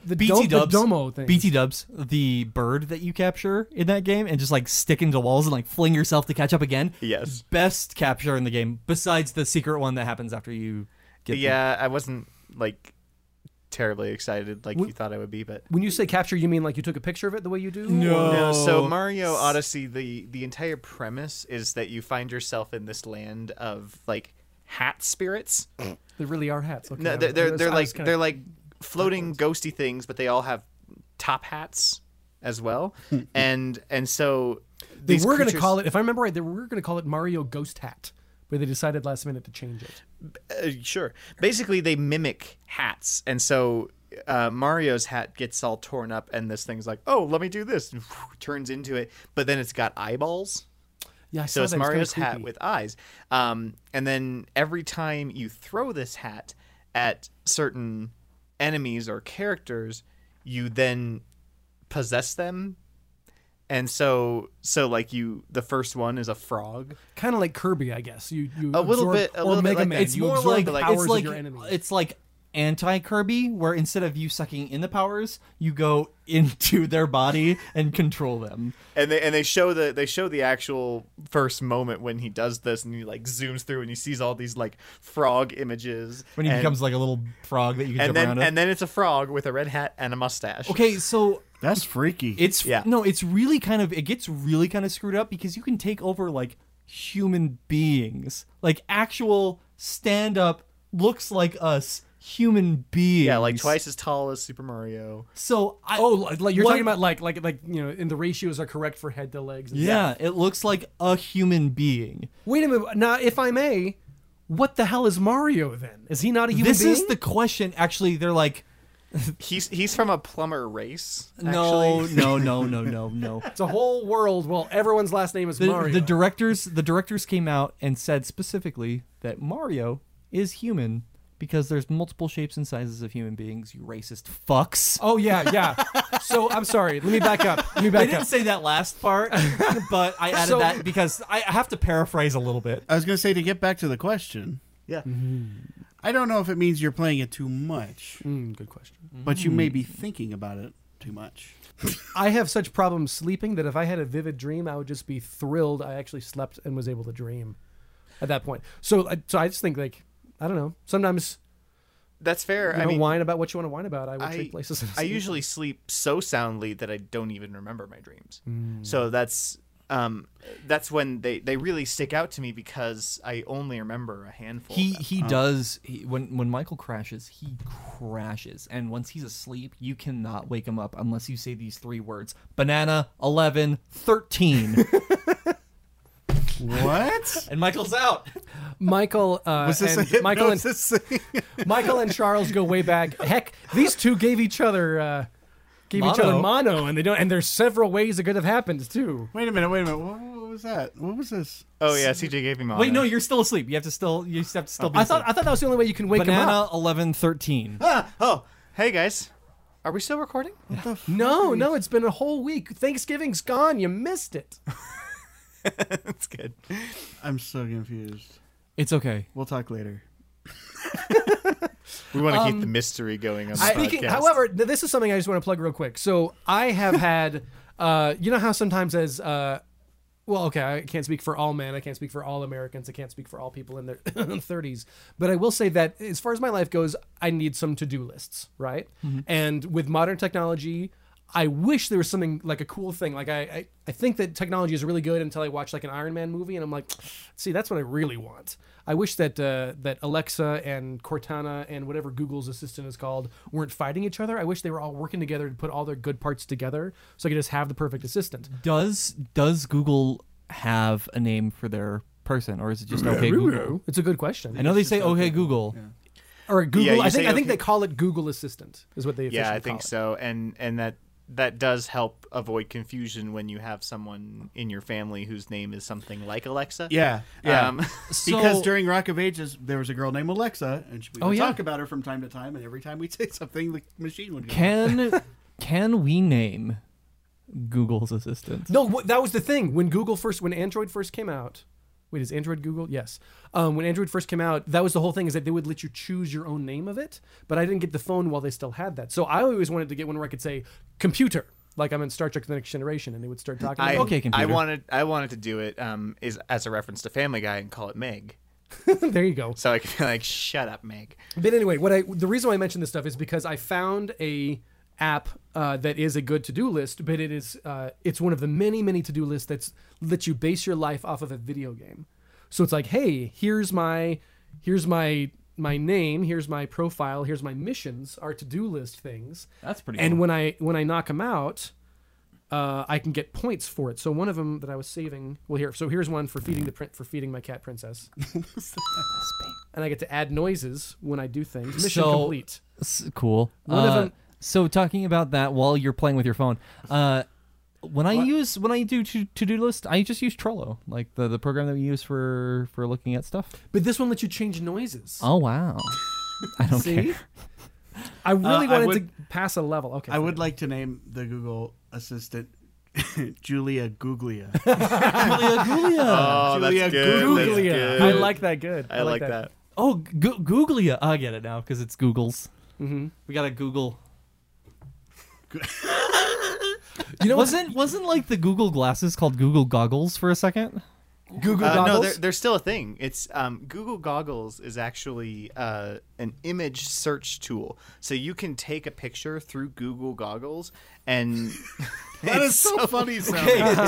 S6: the,
S4: BT
S6: dom- the
S4: Dubs,
S6: domo thing.
S4: BT Dubs, the bird that you capture in that game, and just like stick into walls and like fling yourself to catch up again.
S1: Yes.
S4: Best capture in the game, besides the secret one that happens after you get. the-
S1: yeah, I wasn't like terribly excited like you thought I would be, but
S6: When you say capture, you mean like you took a picture of it the way you do?
S1: No, so Mario Odyssey, the the entire premise is that you find yourself in this land of like hat spirits.
S6: They really are hats. Okay,
S1: No,
S6: I
S1: they're
S6: was- I
S1: they're,
S6: was-
S1: they're
S6: I
S1: like
S6: was kinda-
S1: they're like floating ghosty things, but they all have top hats as well, and and so
S6: Hmm. they
S1: these
S6: were going to
S1: creatures-
S6: call it. If I remember right, they were going to call it Mario Ghost Hat, but they decided last minute to change it.
S1: Uh, sure. Basically, they mimic hats, and so uh, Mario's hat gets all torn up, and this thing's like, "Oh, let me do this," and turns into it. But then it's got eyeballs,
S6: Yeah, I
S1: so
S6: saw
S1: it's
S6: that. kinda
S1: Mario's hat
S6: creepy.
S1: with eyes. Um, and then every time you throw this hat at certain enemies or characters, you then possess them. And so, so like you, the first one is a frog.
S6: kind of like Kirby, I guess. You you
S1: A little
S6: absorb-
S1: bit- a
S6: or
S1: little bit
S6: Mega
S1: like
S6: Man.
S1: that.
S4: It's
S6: you
S4: more
S6: absorb
S4: like
S6: the powers
S4: it's
S6: of
S4: like
S6: your enemy.
S4: it's like anti Kirby, where instead of you sucking in the powers, you go into their body and control them.
S1: and they and they show the they show the actual first moment when he does this and he like zooms through and he sees all these like frog images
S4: When he
S1: and,
S4: becomes like a little frog that you can
S1: and
S4: jump
S1: then
S4: around.
S1: and then it's a frog with a red hat and a mustache
S4: okay, so
S3: That's freaky.
S4: It's
S1: Yeah.
S4: no, it's really kind of it gets really kind of screwed up because you can take over like human beings, like actual stand up looks like us human beings.
S1: yeah like twice as tall as super mario
S4: So I,
S6: Oh, like like you're
S4: what-
S6: talking about like like like you know, and the ratios are correct for head to legs. and stuff.
S4: yeah, it looks like a human being.
S6: Wait a minute. Now, if I may, what the hell is Mario then? Is he not a human
S4: this
S6: being?
S4: is the question. Actually, they're like,
S1: he's he's from a plumber race
S4: no,
S1: actually.
S4: no, no, no, no, no.
S6: it's a whole world. Well, everyone's last name is
S4: The,
S6: Mario.
S4: the directors, the directors came out and said specifically that Mario is human because there's multiple shapes and sizes of human beings. You racist fucks.
S6: oh yeah, yeah. So I'm sorry. Let me back up. Let me
S4: I
S6: back
S4: didn't
S6: up.
S4: say that last part, but I added
S6: So-
S4: that because I I have to paraphrase a little bit.
S3: I was going to say to get back to the question.
S1: Yeah.
S3: I don't know if it means you're playing it too much,
S6: Mm, good question.
S3: but you may be
S4: Mm.
S3: thinking about it too much.
S6: I have such problems sleeping that if I had a vivid dream, I would just be thrilled. I actually slept and was able to dream at that point. So, I- so I just think like I don't know. Sometimes
S1: that's fair
S6: you
S1: i
S6: don't
S1: mean
S6: whine about what you want to whine about. I will
S1: I,
S6: trade places. and
S1: I
S6: sleep.
S1: usually sleep so soundly that I don't even remember my dreams. So that's um, that's when they, they really stick out to me because I only remember a handful.
S4: He
S1: of them.
S4: he does he, when when Michael crashes, he crashes, and once he's asleep, you cannot wake him up unless you say these three words: banana, 11, 13.
S3: What?
S4: and Michael's out.
S6: Michael uh,
S3: Was this a
S6: and Michael and
S3: hypnosis thing?
S6: Michael and Charles go way back. Heck, these two gave each other uh, gave each other
S4: Mono.
S6: mono, and they don't. And there's several ways it could have happened too.
S3: Wait a minute, wait a minute. What, what was that? What was this?
S1: Oh yeah, CJ gave me mine.
S4: Wait, no, you're still asleep. You have to still you have to still be.
S6: I thought
S4: asleep.
S6: I thought that was the only way you can wake him
S4: banana,
S6: up.
S4: 11, 13.
S1: Ah, oh, hey guys, are we still recording?
S6: No, no, it's been a whole week. Thanksgiving's gone. You missed it.
S1: That's good.
S3: I'm so confused.
S4: It's okay.
S3: We'll talk later.
S1: We want to keep the mystery going on the
S6: I-
S1: podcast.
S6: however, th- this is something I just want to plug real quick. So I have had, uh, you know how sometimes as, uh, well, okay, I can't speak for all men. I can't speak for all Americans. I can't speak for all people in their 30s. But I will say that as far as my life goes, I need some to do lists, right? And with modern technology, I wish there was something like a cool thing. Like I, I, I think that technology is really good until I watch like an Iron Man movie and I'm like, see, that's what I really want. I wish that uh, that Alexa and Cortana and whatever Google's assistant is called weren't fighting each other. I wish they were all working together to put all their good parts together so I could just have the perfect assistant.
S4: Does does Google have a name for their person, or is it just okay Google?
S6: It's a good question.
S4: I know they say okay Google.
S6: or Google.
S1: you
S6: I think
S1: say
S6: I think
S1: okay-
S6: they call it Google Assistant. Is what they officially
S1: yeah i
S6: call
S1: think
S6: it.
S1: so and and that that does help avoid confusion when you have someone in your family whose name is something like alexa
S3: Yeah, yeah.
S1: um,
S3: because
S4: So-
S3: during Rock of Ages, there was a girl named Alexa, and she, we would
S4: Oh, yeah.
S3: talk about her from time to time. And every time we say something, the machine would go.
S4: Can can we name Google's assistant?
S6: No, wh- that was the thing when Google first, when Android first came out. Wait, is Android Google? Yes. Um, when Android first came out, that was the whole thing is that they would let you choose your own name of it. But I didn't get the phone while they still had that, so I always wanted to get one where I could say computer, like I'm in Star Trek: The Next Generation, and they would start talking.
S1: I,
S6: about,
S4: Okay,
S1: I
S4: computer.
S1: wanted I wanted to do it um, is as a reference to Family Guy and call it Meg,
S6: okay, there you go.
S1: so I could be like, "Shut up, Meg."
S6: But anyway, what I the reason why I mention this stuff is because I found a app uh, that is a good to do list, but it is uh, it's one of the many many to do lists that's that you base your life off of a video game. So it's like, hey, here's my here's my my name, here's my profile, here's my missions, our to do list things.
S4: That's pretty
S6: And
S4: cool.
S6: when I when I knock them out, uh, I can get points for it. So one of them that I was saving, well here, so here's one for feeding the print for feeding my cat princess, and I get to add noises when I do things. Mission
S4: So-
S6: complete.
S4: S- cool.
S6: One of
S4: Uh,
S6: them-
S4: so talking about that while you're playing with your phone, uh, when I use when I do to do list, I just use Trello, like the, the program that we use for for looking at stuff.
S6: But this one lets you change noises.
S4: Oh wow, I don't
S6: See?
S4: care.
S6: I really
S3: Uh, I
S6: wanted
S3: would-
S6: to pass a level. Okay.
S3: I would like to name the Google assistant Julia Googlia.
S1: Oh,
S3: Julia
S1: that's good.
S3: Googlia.
S1: that's good.
S6: I like that good.
S1: I, like that.
S4: Oh, go- Googlia. I get it now because it's Google's. Mm-hmm. We gotta Google. you know, wasn't wasn't like the Google glasses called Google goggles for a second?
S6: Google
S1: Uh, no,
S6: goggles.
S1: they're, they're still a thing. It's um, Google Goggles is actually uh, an image search tool, so you can take a picture through Google Goggles, and that is so funny. Sounding.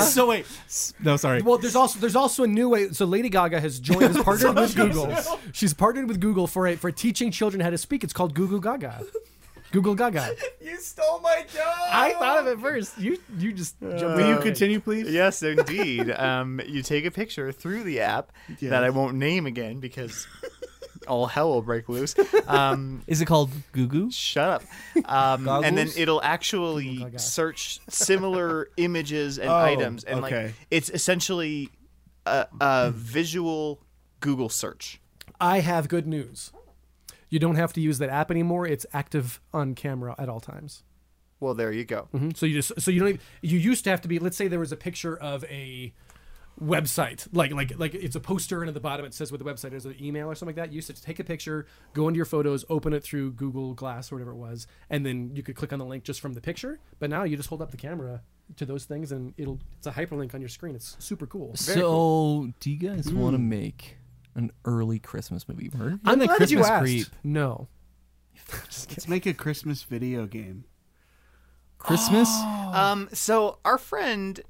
S4: so wait, s- no, sorry.
S6: well, there's also there's also a new way. So Lady Gaga has joined, has partnered with Google. She's partnered with Google for a, for teaching children how to speak. It's called Google Gaga. Google Gaga.
S10: You stole my job.
S6: I thought of it first. You you just jumped
S3: Uh, Will you
S6: on me.
S3: continue, please?
S1: Yes, indeed. Um, you take a picture through the app that I won't name again because all hell will break loose. Um,
S4: Is it called Goo?
S1: shut up. Um, and then
S4: Goggles?
S1: it'll actually search similar images and items, and like
S3: okay.
S1: it's essentially a, a visual Google search.
S6: I have good news. You don't have to use that app anymore. It's active on camera at all times.
S1: Well, there you go.
S6: So you just so you don't even, you used to have to be. Let's say there was a picture of a website, like like like it's a poster, and at the bottom it says what the website is, an email or something like that. You used to take a picture, go into your photos, open it through Google Glass or whatever it was, and then you could click on the link just from the picture. But now you just hold up the camera to those things, and it'll it's a hyperlink on your screen. It's super cool.
S4: so, do you guys want to make an early Christmas movie? We're in
S6: I'm
S4: the
S6: glad that you
S4: Christmas
S6: asked.
S4: creep.
S6: No,
S3: Let's make a Christmas video game.
S4: Christmas.
S6: Oh.
S1: Um, so our friend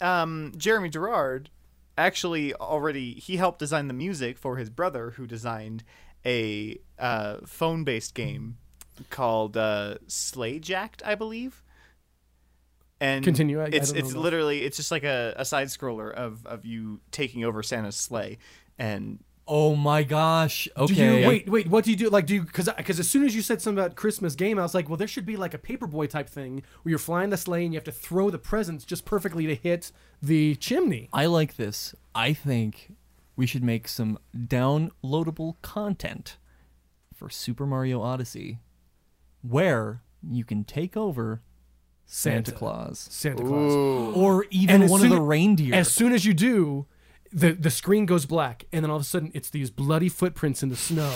S1: um, Jeremy Gerard actually already he helped design the music for his brother who designed a uh, phone-based game called uh, Sleigh Jacked, I believe. And
S6: Continue, I- I
S1: it's
S6: don't know
S1: it's
S6: enough.
S1: literally it's just like a, a side scroller of of you taking over Santa's sleigh and
S4: Oh my gosh. Okay.
S6: Do you wait? Wait, what do you do? Like, do you because because as soon as you said something about Christmas game, I was like, well, there should be like a paperboy type thing where you're flying the sleigh and you have to throw the presents just perfectly to hit the chimney.
S4: I like this. I think we should make some downloadable content for Super Mario Odyssey where you can take over
S6: Santa.
S4: Santa, Claus
S6: Santa Claus,
S4: or even
S6: as
S4: one of
S6: soon-
S4: the reindeer.
S6: As soon as you do. The, the screen goes black, and then all of a sudden it's these bloody footprints in the snow,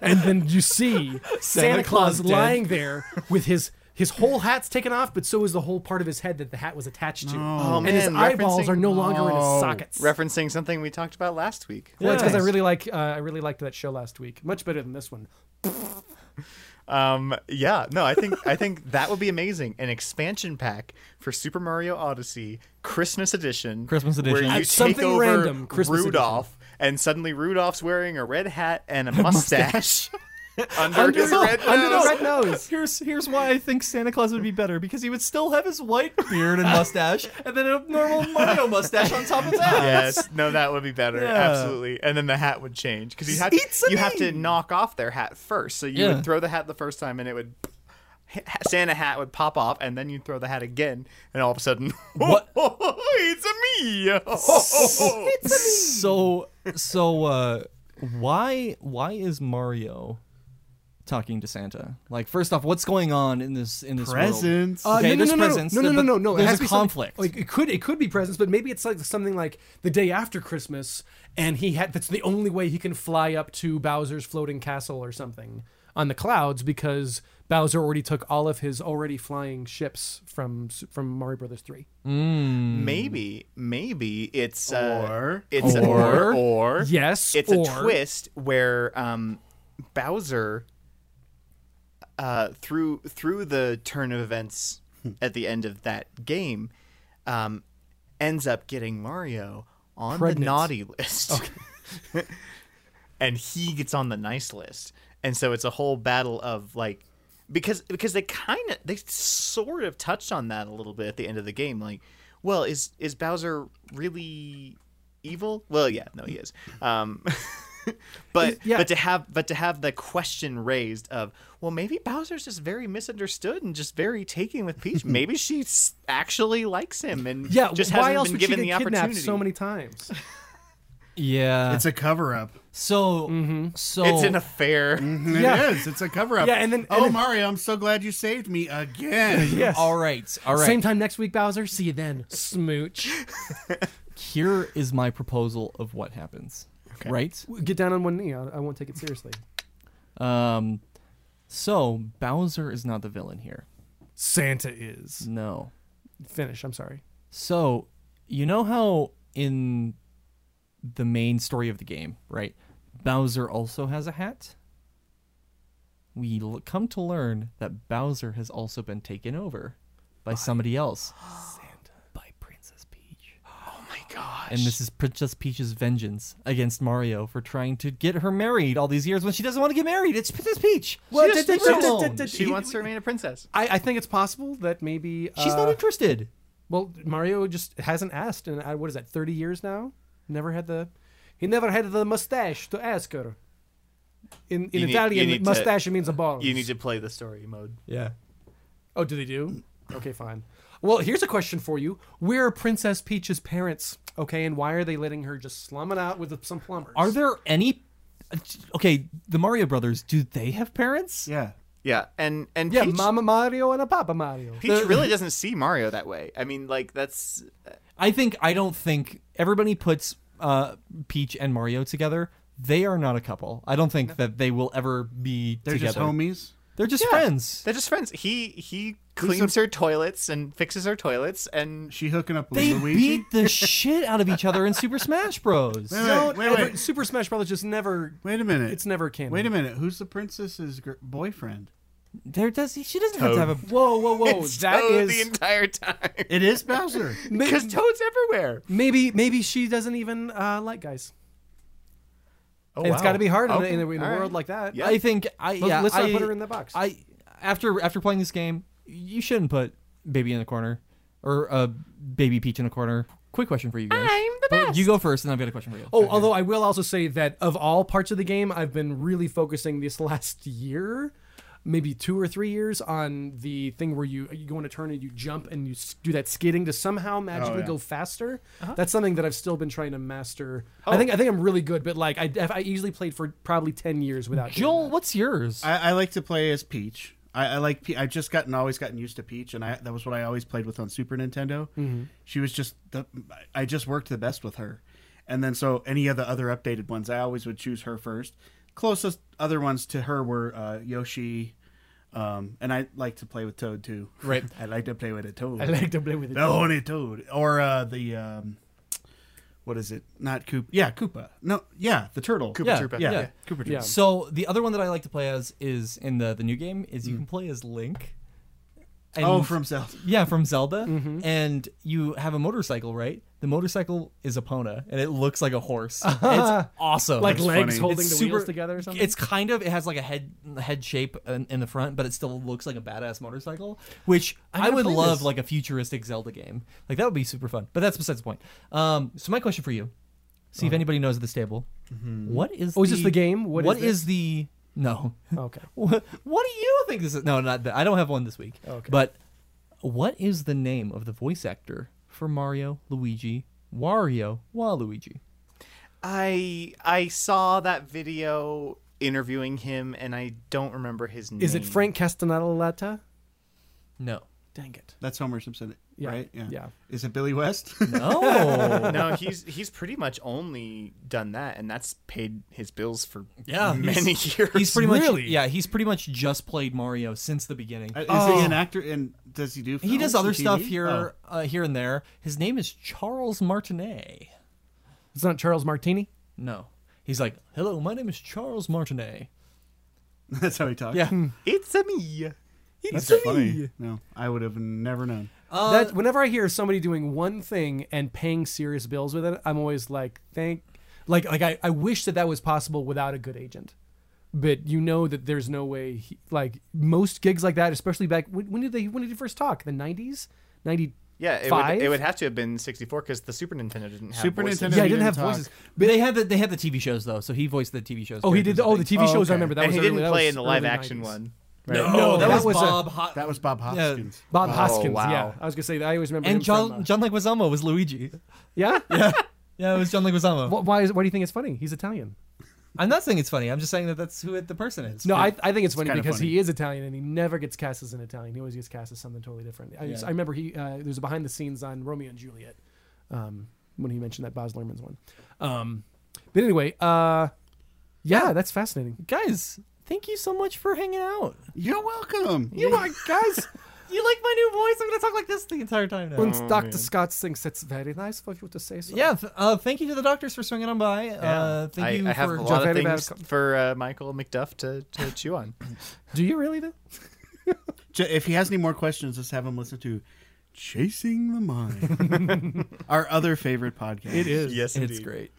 S6: and then you see Santa,
S4: Claus
S6: Claus,
S4: dead.
S6: lying there with his his whole hat's taken off, but so is the whole part of his head that the hat was attached to, and his
S1: man,
S6: eyeballs
S1: referencing- Oh.
S6: are no longer in his sockets.
S1: referencing something we talked about last week.
S6: Well, it's because I really like uh, I really liked that show last week, much better than this one.
S1: Um, yeah, no, I think I think that would be amazing. An expansion pack for Super Mario Odyssey Christmas edition.
S4: Christmas edition.
S1: Where
S4: Uh,
S1: you take
S6: something
S1: over
S6: random, Christmas
S1: Rudolph, and suddenly Rudolph's wearing a red hat and a mustache. Under his red nose.
S4: Here's here's why I think Santa Claus would be better because he would still have his white beard and mustache, and then a normal Mario mustache on top of that.
S1: yes, no, that would be better.
S4: Yeah.
S1: Absolutely. And then the hat would change because you have
S4: It's a
S1: you have to
S4: me.
S1: knock off their hat first. So you
S4: Yeah.
S1: would throw the hat the first time, and it would Santa hat would pop off, and then you throw the hat again, and all of a sudden,
S4: What?
S1: it's a me.
S4: so so uh, why why is Mario talking to Santa? Like, first off, what's going on in this in this
S3: Presents.
S4: World? Uh, Okay,
S6: Uh, no,
S4: there's
S6: no, no, no,
S4: presents.
S6: No, no, no,
S4: but
S6: no, no. It has
S4: There's
S6: to
S4: a
S6: be something-
S4: conflict.
S6: Like it could, it could be presents, but maybe it's like something like the day after Christmas, and he had that's the only way he can fly up to Bowser's floating castle or something on the clouds because Bowser already took all of his already flying ships from from Mario Brothers Three.
S1: Maybe, maybe it's uh,
S3: Or-
S1: it's a-
S4: Or-
S1: or or
S6: Yes,
S1: it's
S6: or-
S1: a twist where um, Bowser uh, through through the turn of events at the end of that game um, ends up getting Mario on the
S6: Pregnant.
S1: naughty list, and he gets on the nice list, and so it's a whole battle of like because because they kind of they sort of touched on that a little bit at the end of the game, like, well, is is Bowser really evil? Well, yeah, no, he is. Um, but
S6: yeah.
S1: but to have but to have the question raised of well maybe Bowser's just very misunderstood and just very taking with Peach maybe she s- actually likes him and
S6: Yeah,
S1: just
S6: why
S1: hasn't
S6: else
S1: been
S6: would
S1: given
S6: she get
S1: the
S6: kidnapped
S1: opportunity
S6: so many times?
S4: yeah.
S3: It's a cover up.
S4: so so
S1: it's
S6: Oh.
S1: an affair
S3: It is. It's a cover up.
S6: Yeah, and then- and
S3: oh
S6: then-
S3: Mario, I'm so glad you saved me again.
S6: yes.
S4: All right, all right.
S6: Same time next week, Bowser. See you then, smooch.
S4: Here is my proposal of what happens. Right?
S6: Get down on one knee. I, I won't take it seriously.
S4: Um, so Bowser is not the villain here.
S6: Santa is
S4: No.
S6: finish. I'm sorry.
S4: So, you know how in the main story of the game, right? Bowser also has a hat? We l- come to learn that Bowser has also been taken over by somebody else. Santa. By Princess Peach. Oh my gosh. And this is Princess Peach's vengeance against Mario for trying to get her married all these years when she doesn't want to get married. It's Princess Peach.
S6: Well,
S4: just
S6: did-
S4: leave her
S6: did- did-
S4: alone.
S6: did-
S1: she
S6: he-
S1: wants to remain a princess
S6: I, I think it's possible that maybe
S4: She's
S6: uh,
S4: not interested.
S6: Well, Mario just hasn't asked, and what is that? Thirty years now, never had the, he never had the mustache to ask her. In in
S1: You need- you
S6: Italian,
S1: need to-
S6: mustache means a ball.
S1: you need to play the story mode
S4: Yeah.
S6: Oh, do they do? Okay, fine. Well, here's a question for you: Where are Princess Peach's parents? Okay, and why are they letting her just slum it out with some plumbers?
S4: Are there any? Okay, the Mario Brothers. Do they have parents?
S3: Yeah.
S1: yeah and and
S6: yeah,
S1: Peach,
S6: Mama Mario and a Papa Mario?
S1: Peach really doesn't see Mario that way I mean like that's
S4: I think I don't think everybody puts uh, Peach and Mario together. They are not a couple. I don't think that they will ever be
S3: They're
S4: together.
S3: just homies.
S4: They're just friends.
S1: they're just friends he he cleans her toilets and fixes her toilets and
S3: She hooking up with
S4: They
S3: Luigi.
S4: beat the shit out of each other in Super Smash Bros.
S3: Wait,
S6: No,
S3: wait, wait,
S6: ever-
S3: wait.
S6: Super Smash Brothers just never.
S3: Wait a minute.
S6: It's never canon.
S3: Wait a minute. Who's the princess's gr- boyfriend?
S4: There does she doesn't have to have a.
S6: Whoa, whoa, whoa!
S1: it's
S6: Oh, that
S1: Toad
S6: is
S1: the entire time
S3: It is Bowser.
S1: because Toad's everywhere
S6: Maybe maybe she doesn't even uh, like guys.
S3: Oh,
S6: and it's got to be hard in, a, in a, in a world like that.
S1: Yeah.
S4: I think I
S6: Let's-
S4: yeah.
S6: let's not
S4: I-
S6: put her in the box.
S4: I after after playing this game, you shouldn't put baby in the corner or uh, baby Peach in the corner. Quick question for you guys. I'm the best. You go first, and I've got a question for you.
S6: Oh, although I will also say that of all parts of the game, I've been really focusing this last year, maybe two or three years, on the thing where you you go in a turn and you jump and you s- do that skidding to somehow magically
S3: Oh, yeah.
S6: go faster.
S4: Uh-huh.
S6: That's something that I've still been trying to master. I
S3: Oh.
S6: think I think I'm really good, but like I I easily played for probably ten years without. doing
S4: Joel,
S6: that.
S4: what's yours?
S3: I, I like to play as Peach. I, I like. Pe- I've just gotten always gotten used to Peach, and I that was what I always played with on Super Nintendo. She was just the. I just worked the best with her, and then so any of the other updated ones, I always would choose her first. Closest other ones to her were uh, Yoshi, um, and I like to play with Toad too. Right. I like to play with a Toad.
S6: I like to play with it.
S3: the Honey Toad, or uh, the. Um, what is it? Not Koopa. Yeah, Koopa. No, yeah, the turtle. Koopa
S4: Yeah, Troopa.
S3: Yeah,
S4: yeah.
S3: Koopa Troopa.
S6: Yeah.
S4: So the other one that I like to play as is in the the new game is you can play as Link. And
S3: Oh, from South.
S4: yeah, from Zelda, and you have a motorcycle, right? The motorcycle is a Pona, and it looks like a horse. it's awesome.
S9: Like
S4: It's
S9: legs holding
S4: It's
S9: the wheels together or something?
S4: It's kind of it has like a head head shape in, in the front, but it still looks like a badass motorcycle. Which
S9: I'm
S4: I
S9: gonna
S4: would
S9: play
S4: love
S9: this.
S4: like a futuristic Zelda game. Like that would be super fun. But that's besides the point. Um, so my question for you, see if anybody knows at this table, what is
S6: Uh-huh. Oh, is this the game? What
S4: What
S6: is
S4: is
S6: this? Oh.
S4: the no?
S6: Okay.
S4: What, what do you think this is? No, not that. I don't have one this week.
S6: Okay.
S4: But what is the name of the voice actor for Mario, Luigi, Wario, Waluigi?
S1: I I saw that video interviewing him, and I don't remember his name.
S6: Is
S3: Mm.
S6: it Frank Castanellata?
S4: No.
S6: Dang it.
S3: That's Homer Simpson,
S6: Yeah,
S3: right? Yeah.
S6: yeah.
S3: Is it Billy West?
S4: No.
S1: No, he's he's pretty much only done that, and that's paid his bills for
S4: Yeah, he's-
S1: many years.
S4: He's pretty much
S6: Really?
S4: yeah. He's pretty much just played Mario since the beginning.
S3: Uh, Is he an actor? And does he do?
S4: he does
S3: films
S4: other
S3: and TV?
S4: stuff here,
S3: Oh.
S4: uh, here and there. His name is Charles Martinet.
S6: It's not Charles Martini?
S4: No, he's like, hello, my name is Charles Martinet.
S3: That's how he talks.
S4: Yeah,
S1: it's a me.
S3: that's funny. No, I would have never known.
S1: Uh,
S6: that whenever I hear somebody doing one thing and paying serious bills with it, I'm always like, thank, like, like I, I wish that that was possible without a good agent. But you know that there's no way, he, like most gigs like that, especially back when, when did they when did you first talk? The 90s, 90.
S1: Yeah, it would, it would have to have been 64 because the Super Nintendo didn't have
S3: Super
S1: voices.
S3: Nintendo.
S6: yeah, I
S3: he
S6: didn't have
S3: talk.
S6: voices.
S4: they had the they had the TV shows though, so he voiced the TV shows.
S6: Oh, he did. The,
S4: characters, I
S6: oh, the
S4: think.
S6: TV
S3: Oh,
S6: shows. I
S3: okay.
S6: remember that
S1: and
S6: was
S1: he
S6: early-
S1: didn't
S6: that
S1: play
S6: was
S1: in the live
S6: early
S1: action
S6: 90s.
S1: one.
S4: no, that, was, Bob. Ho-
S3: That was Bob
S4: yeah.
S3: Hoskins.
S6: Bob Hoskins.
S1: wow.
S6: Yeah, I was gonna say that. I always remember. him
S4: and
S6: from,
S4: John
S6: uh,
S4: John Leguizamo was Luigi.
S6: yeah.
S4: Yeah, it was John Leguizamo.
S6: Wh- Why is? Why do you think it's funny? He's Italian.
S4: I'm not saying it's funny. I'm just saying that that's who it, the person is.
S6: No, I, I think it's, funny
S3: kinda
S6: because
S3: funny.
S6: he is Italian and he never gets cast as an Italian. He always gets cast as something totally different. I, just- I remember he uh, there's a behind the scenes on Romeo and Juliet um, when he mentioned that Baz Luhrmann's one. Um, but anyway, uh, yeah, that's fascinating.
S4: guys, thank you so much for hanging out.
S3: You're welcome.
S6: You are guys.
S4: You like my new voice? I'm gonna talk like this the entire time now.
S6: and
S1: Oh,
S6: Dr. Scott thinks it's very nice for you to say so.
S4: Yeah, th- uh, thank you to the doctors for swinging on by. Uh, thank
S1: I,
S4: you
S1: I have
S4: for
S1: a lot of
S6: Very bad
S1: things
S6: com-
S1: for uh, Michael McDuff to, to chew on.
S6: Do you really though?
S3: J- If he has any more questions, let's have him listen to "Chasing the Mind," our other favorite podcast. It is.
S1: yes,
S4: It's great.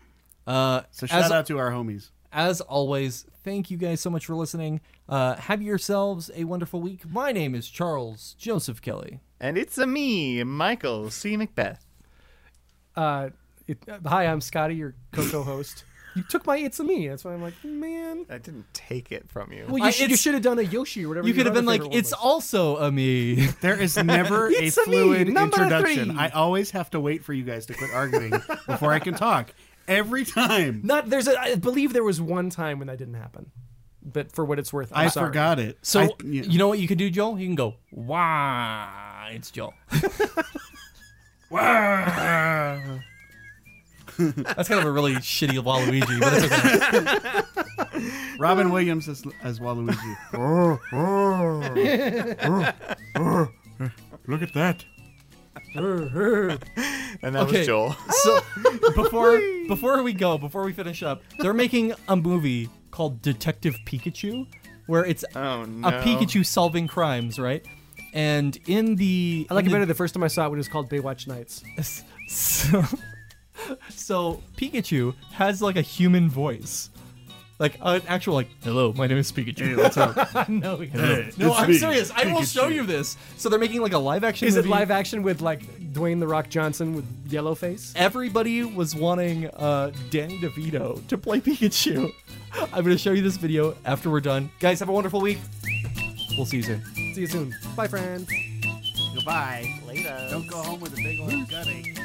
S4: Uh,
S3: So shout
S4: as,
S3: out to our homies.
S4: as always, thank you guys so much for listening. Uh, have yourselves a wonderful week. My name is Charles Joseph Kelly.
S1: And it's a me, Michael C. Macbeth.
S6: Uh, it, uh, hi, I'm Scotty, your co-host. you took my it's a me. That's why I'm like, man.
S1: I didn't take it from you.
S6: Well, you,
S4: I-
S6: should, you
S4: it's-
S6: should have done a Yoshi or whatever.
S4: You could
S6: your
S4: have been
S6: other
S4: like,
S6: favorite one
S4: it's
S6: was."
S4: also a me.
S3: There is never a
S6: It's a me,
S3: fluid
S6: number
S3: introduction.
S6: three.
S3: I always have to wait for you guys to quit arguing before I can talk. Every time.
S6: Not there's a I believe there was one time when that didn't happen. But for what it's worth, I'm
S3: I
S6: sorry.
S3: forgot it.
S4: So
S3: I- yeah.
S4: you know what you can do, Joel? You can go,
S6: Ah,
S4: wow, it's Joel. That's kind of a really shitty Waluigi, but it's okay.
S3: Robin Williams as, as Waluigi. Look at that.
S1: And that
S4: Okay.
S1: was Joel.
S4: So before before we go, before we finish up, they're making a movie called Detective Pikachu, where it's
S1: Oh,
S4: a
S1: no.
S4: Pikachu solving crimes, right? And in the
S6: I like it
S4: in the-
S6: better the first time I saw it when it was called Baywatch Nights.
S4: so, so Pikachu has like a human voice. Like an actual like, hello, my name is Pikachu. what's up? no, he- no, I'm serious. I will show you this. So they're making like a live action.
S6: Is it
S4: movie.
S6: live action with like Dwayne the Rock Johnson with yellow face?
S4: everybody was wanting uh, Danny DeVito to play Pikachu. I'm going to show you this video after we're done. Guys, have a wonderful week. We'll see you soon.
S6: See you soon. Bye, friends.
S3: Goodbye. Later. Don't go home with a big old gutty.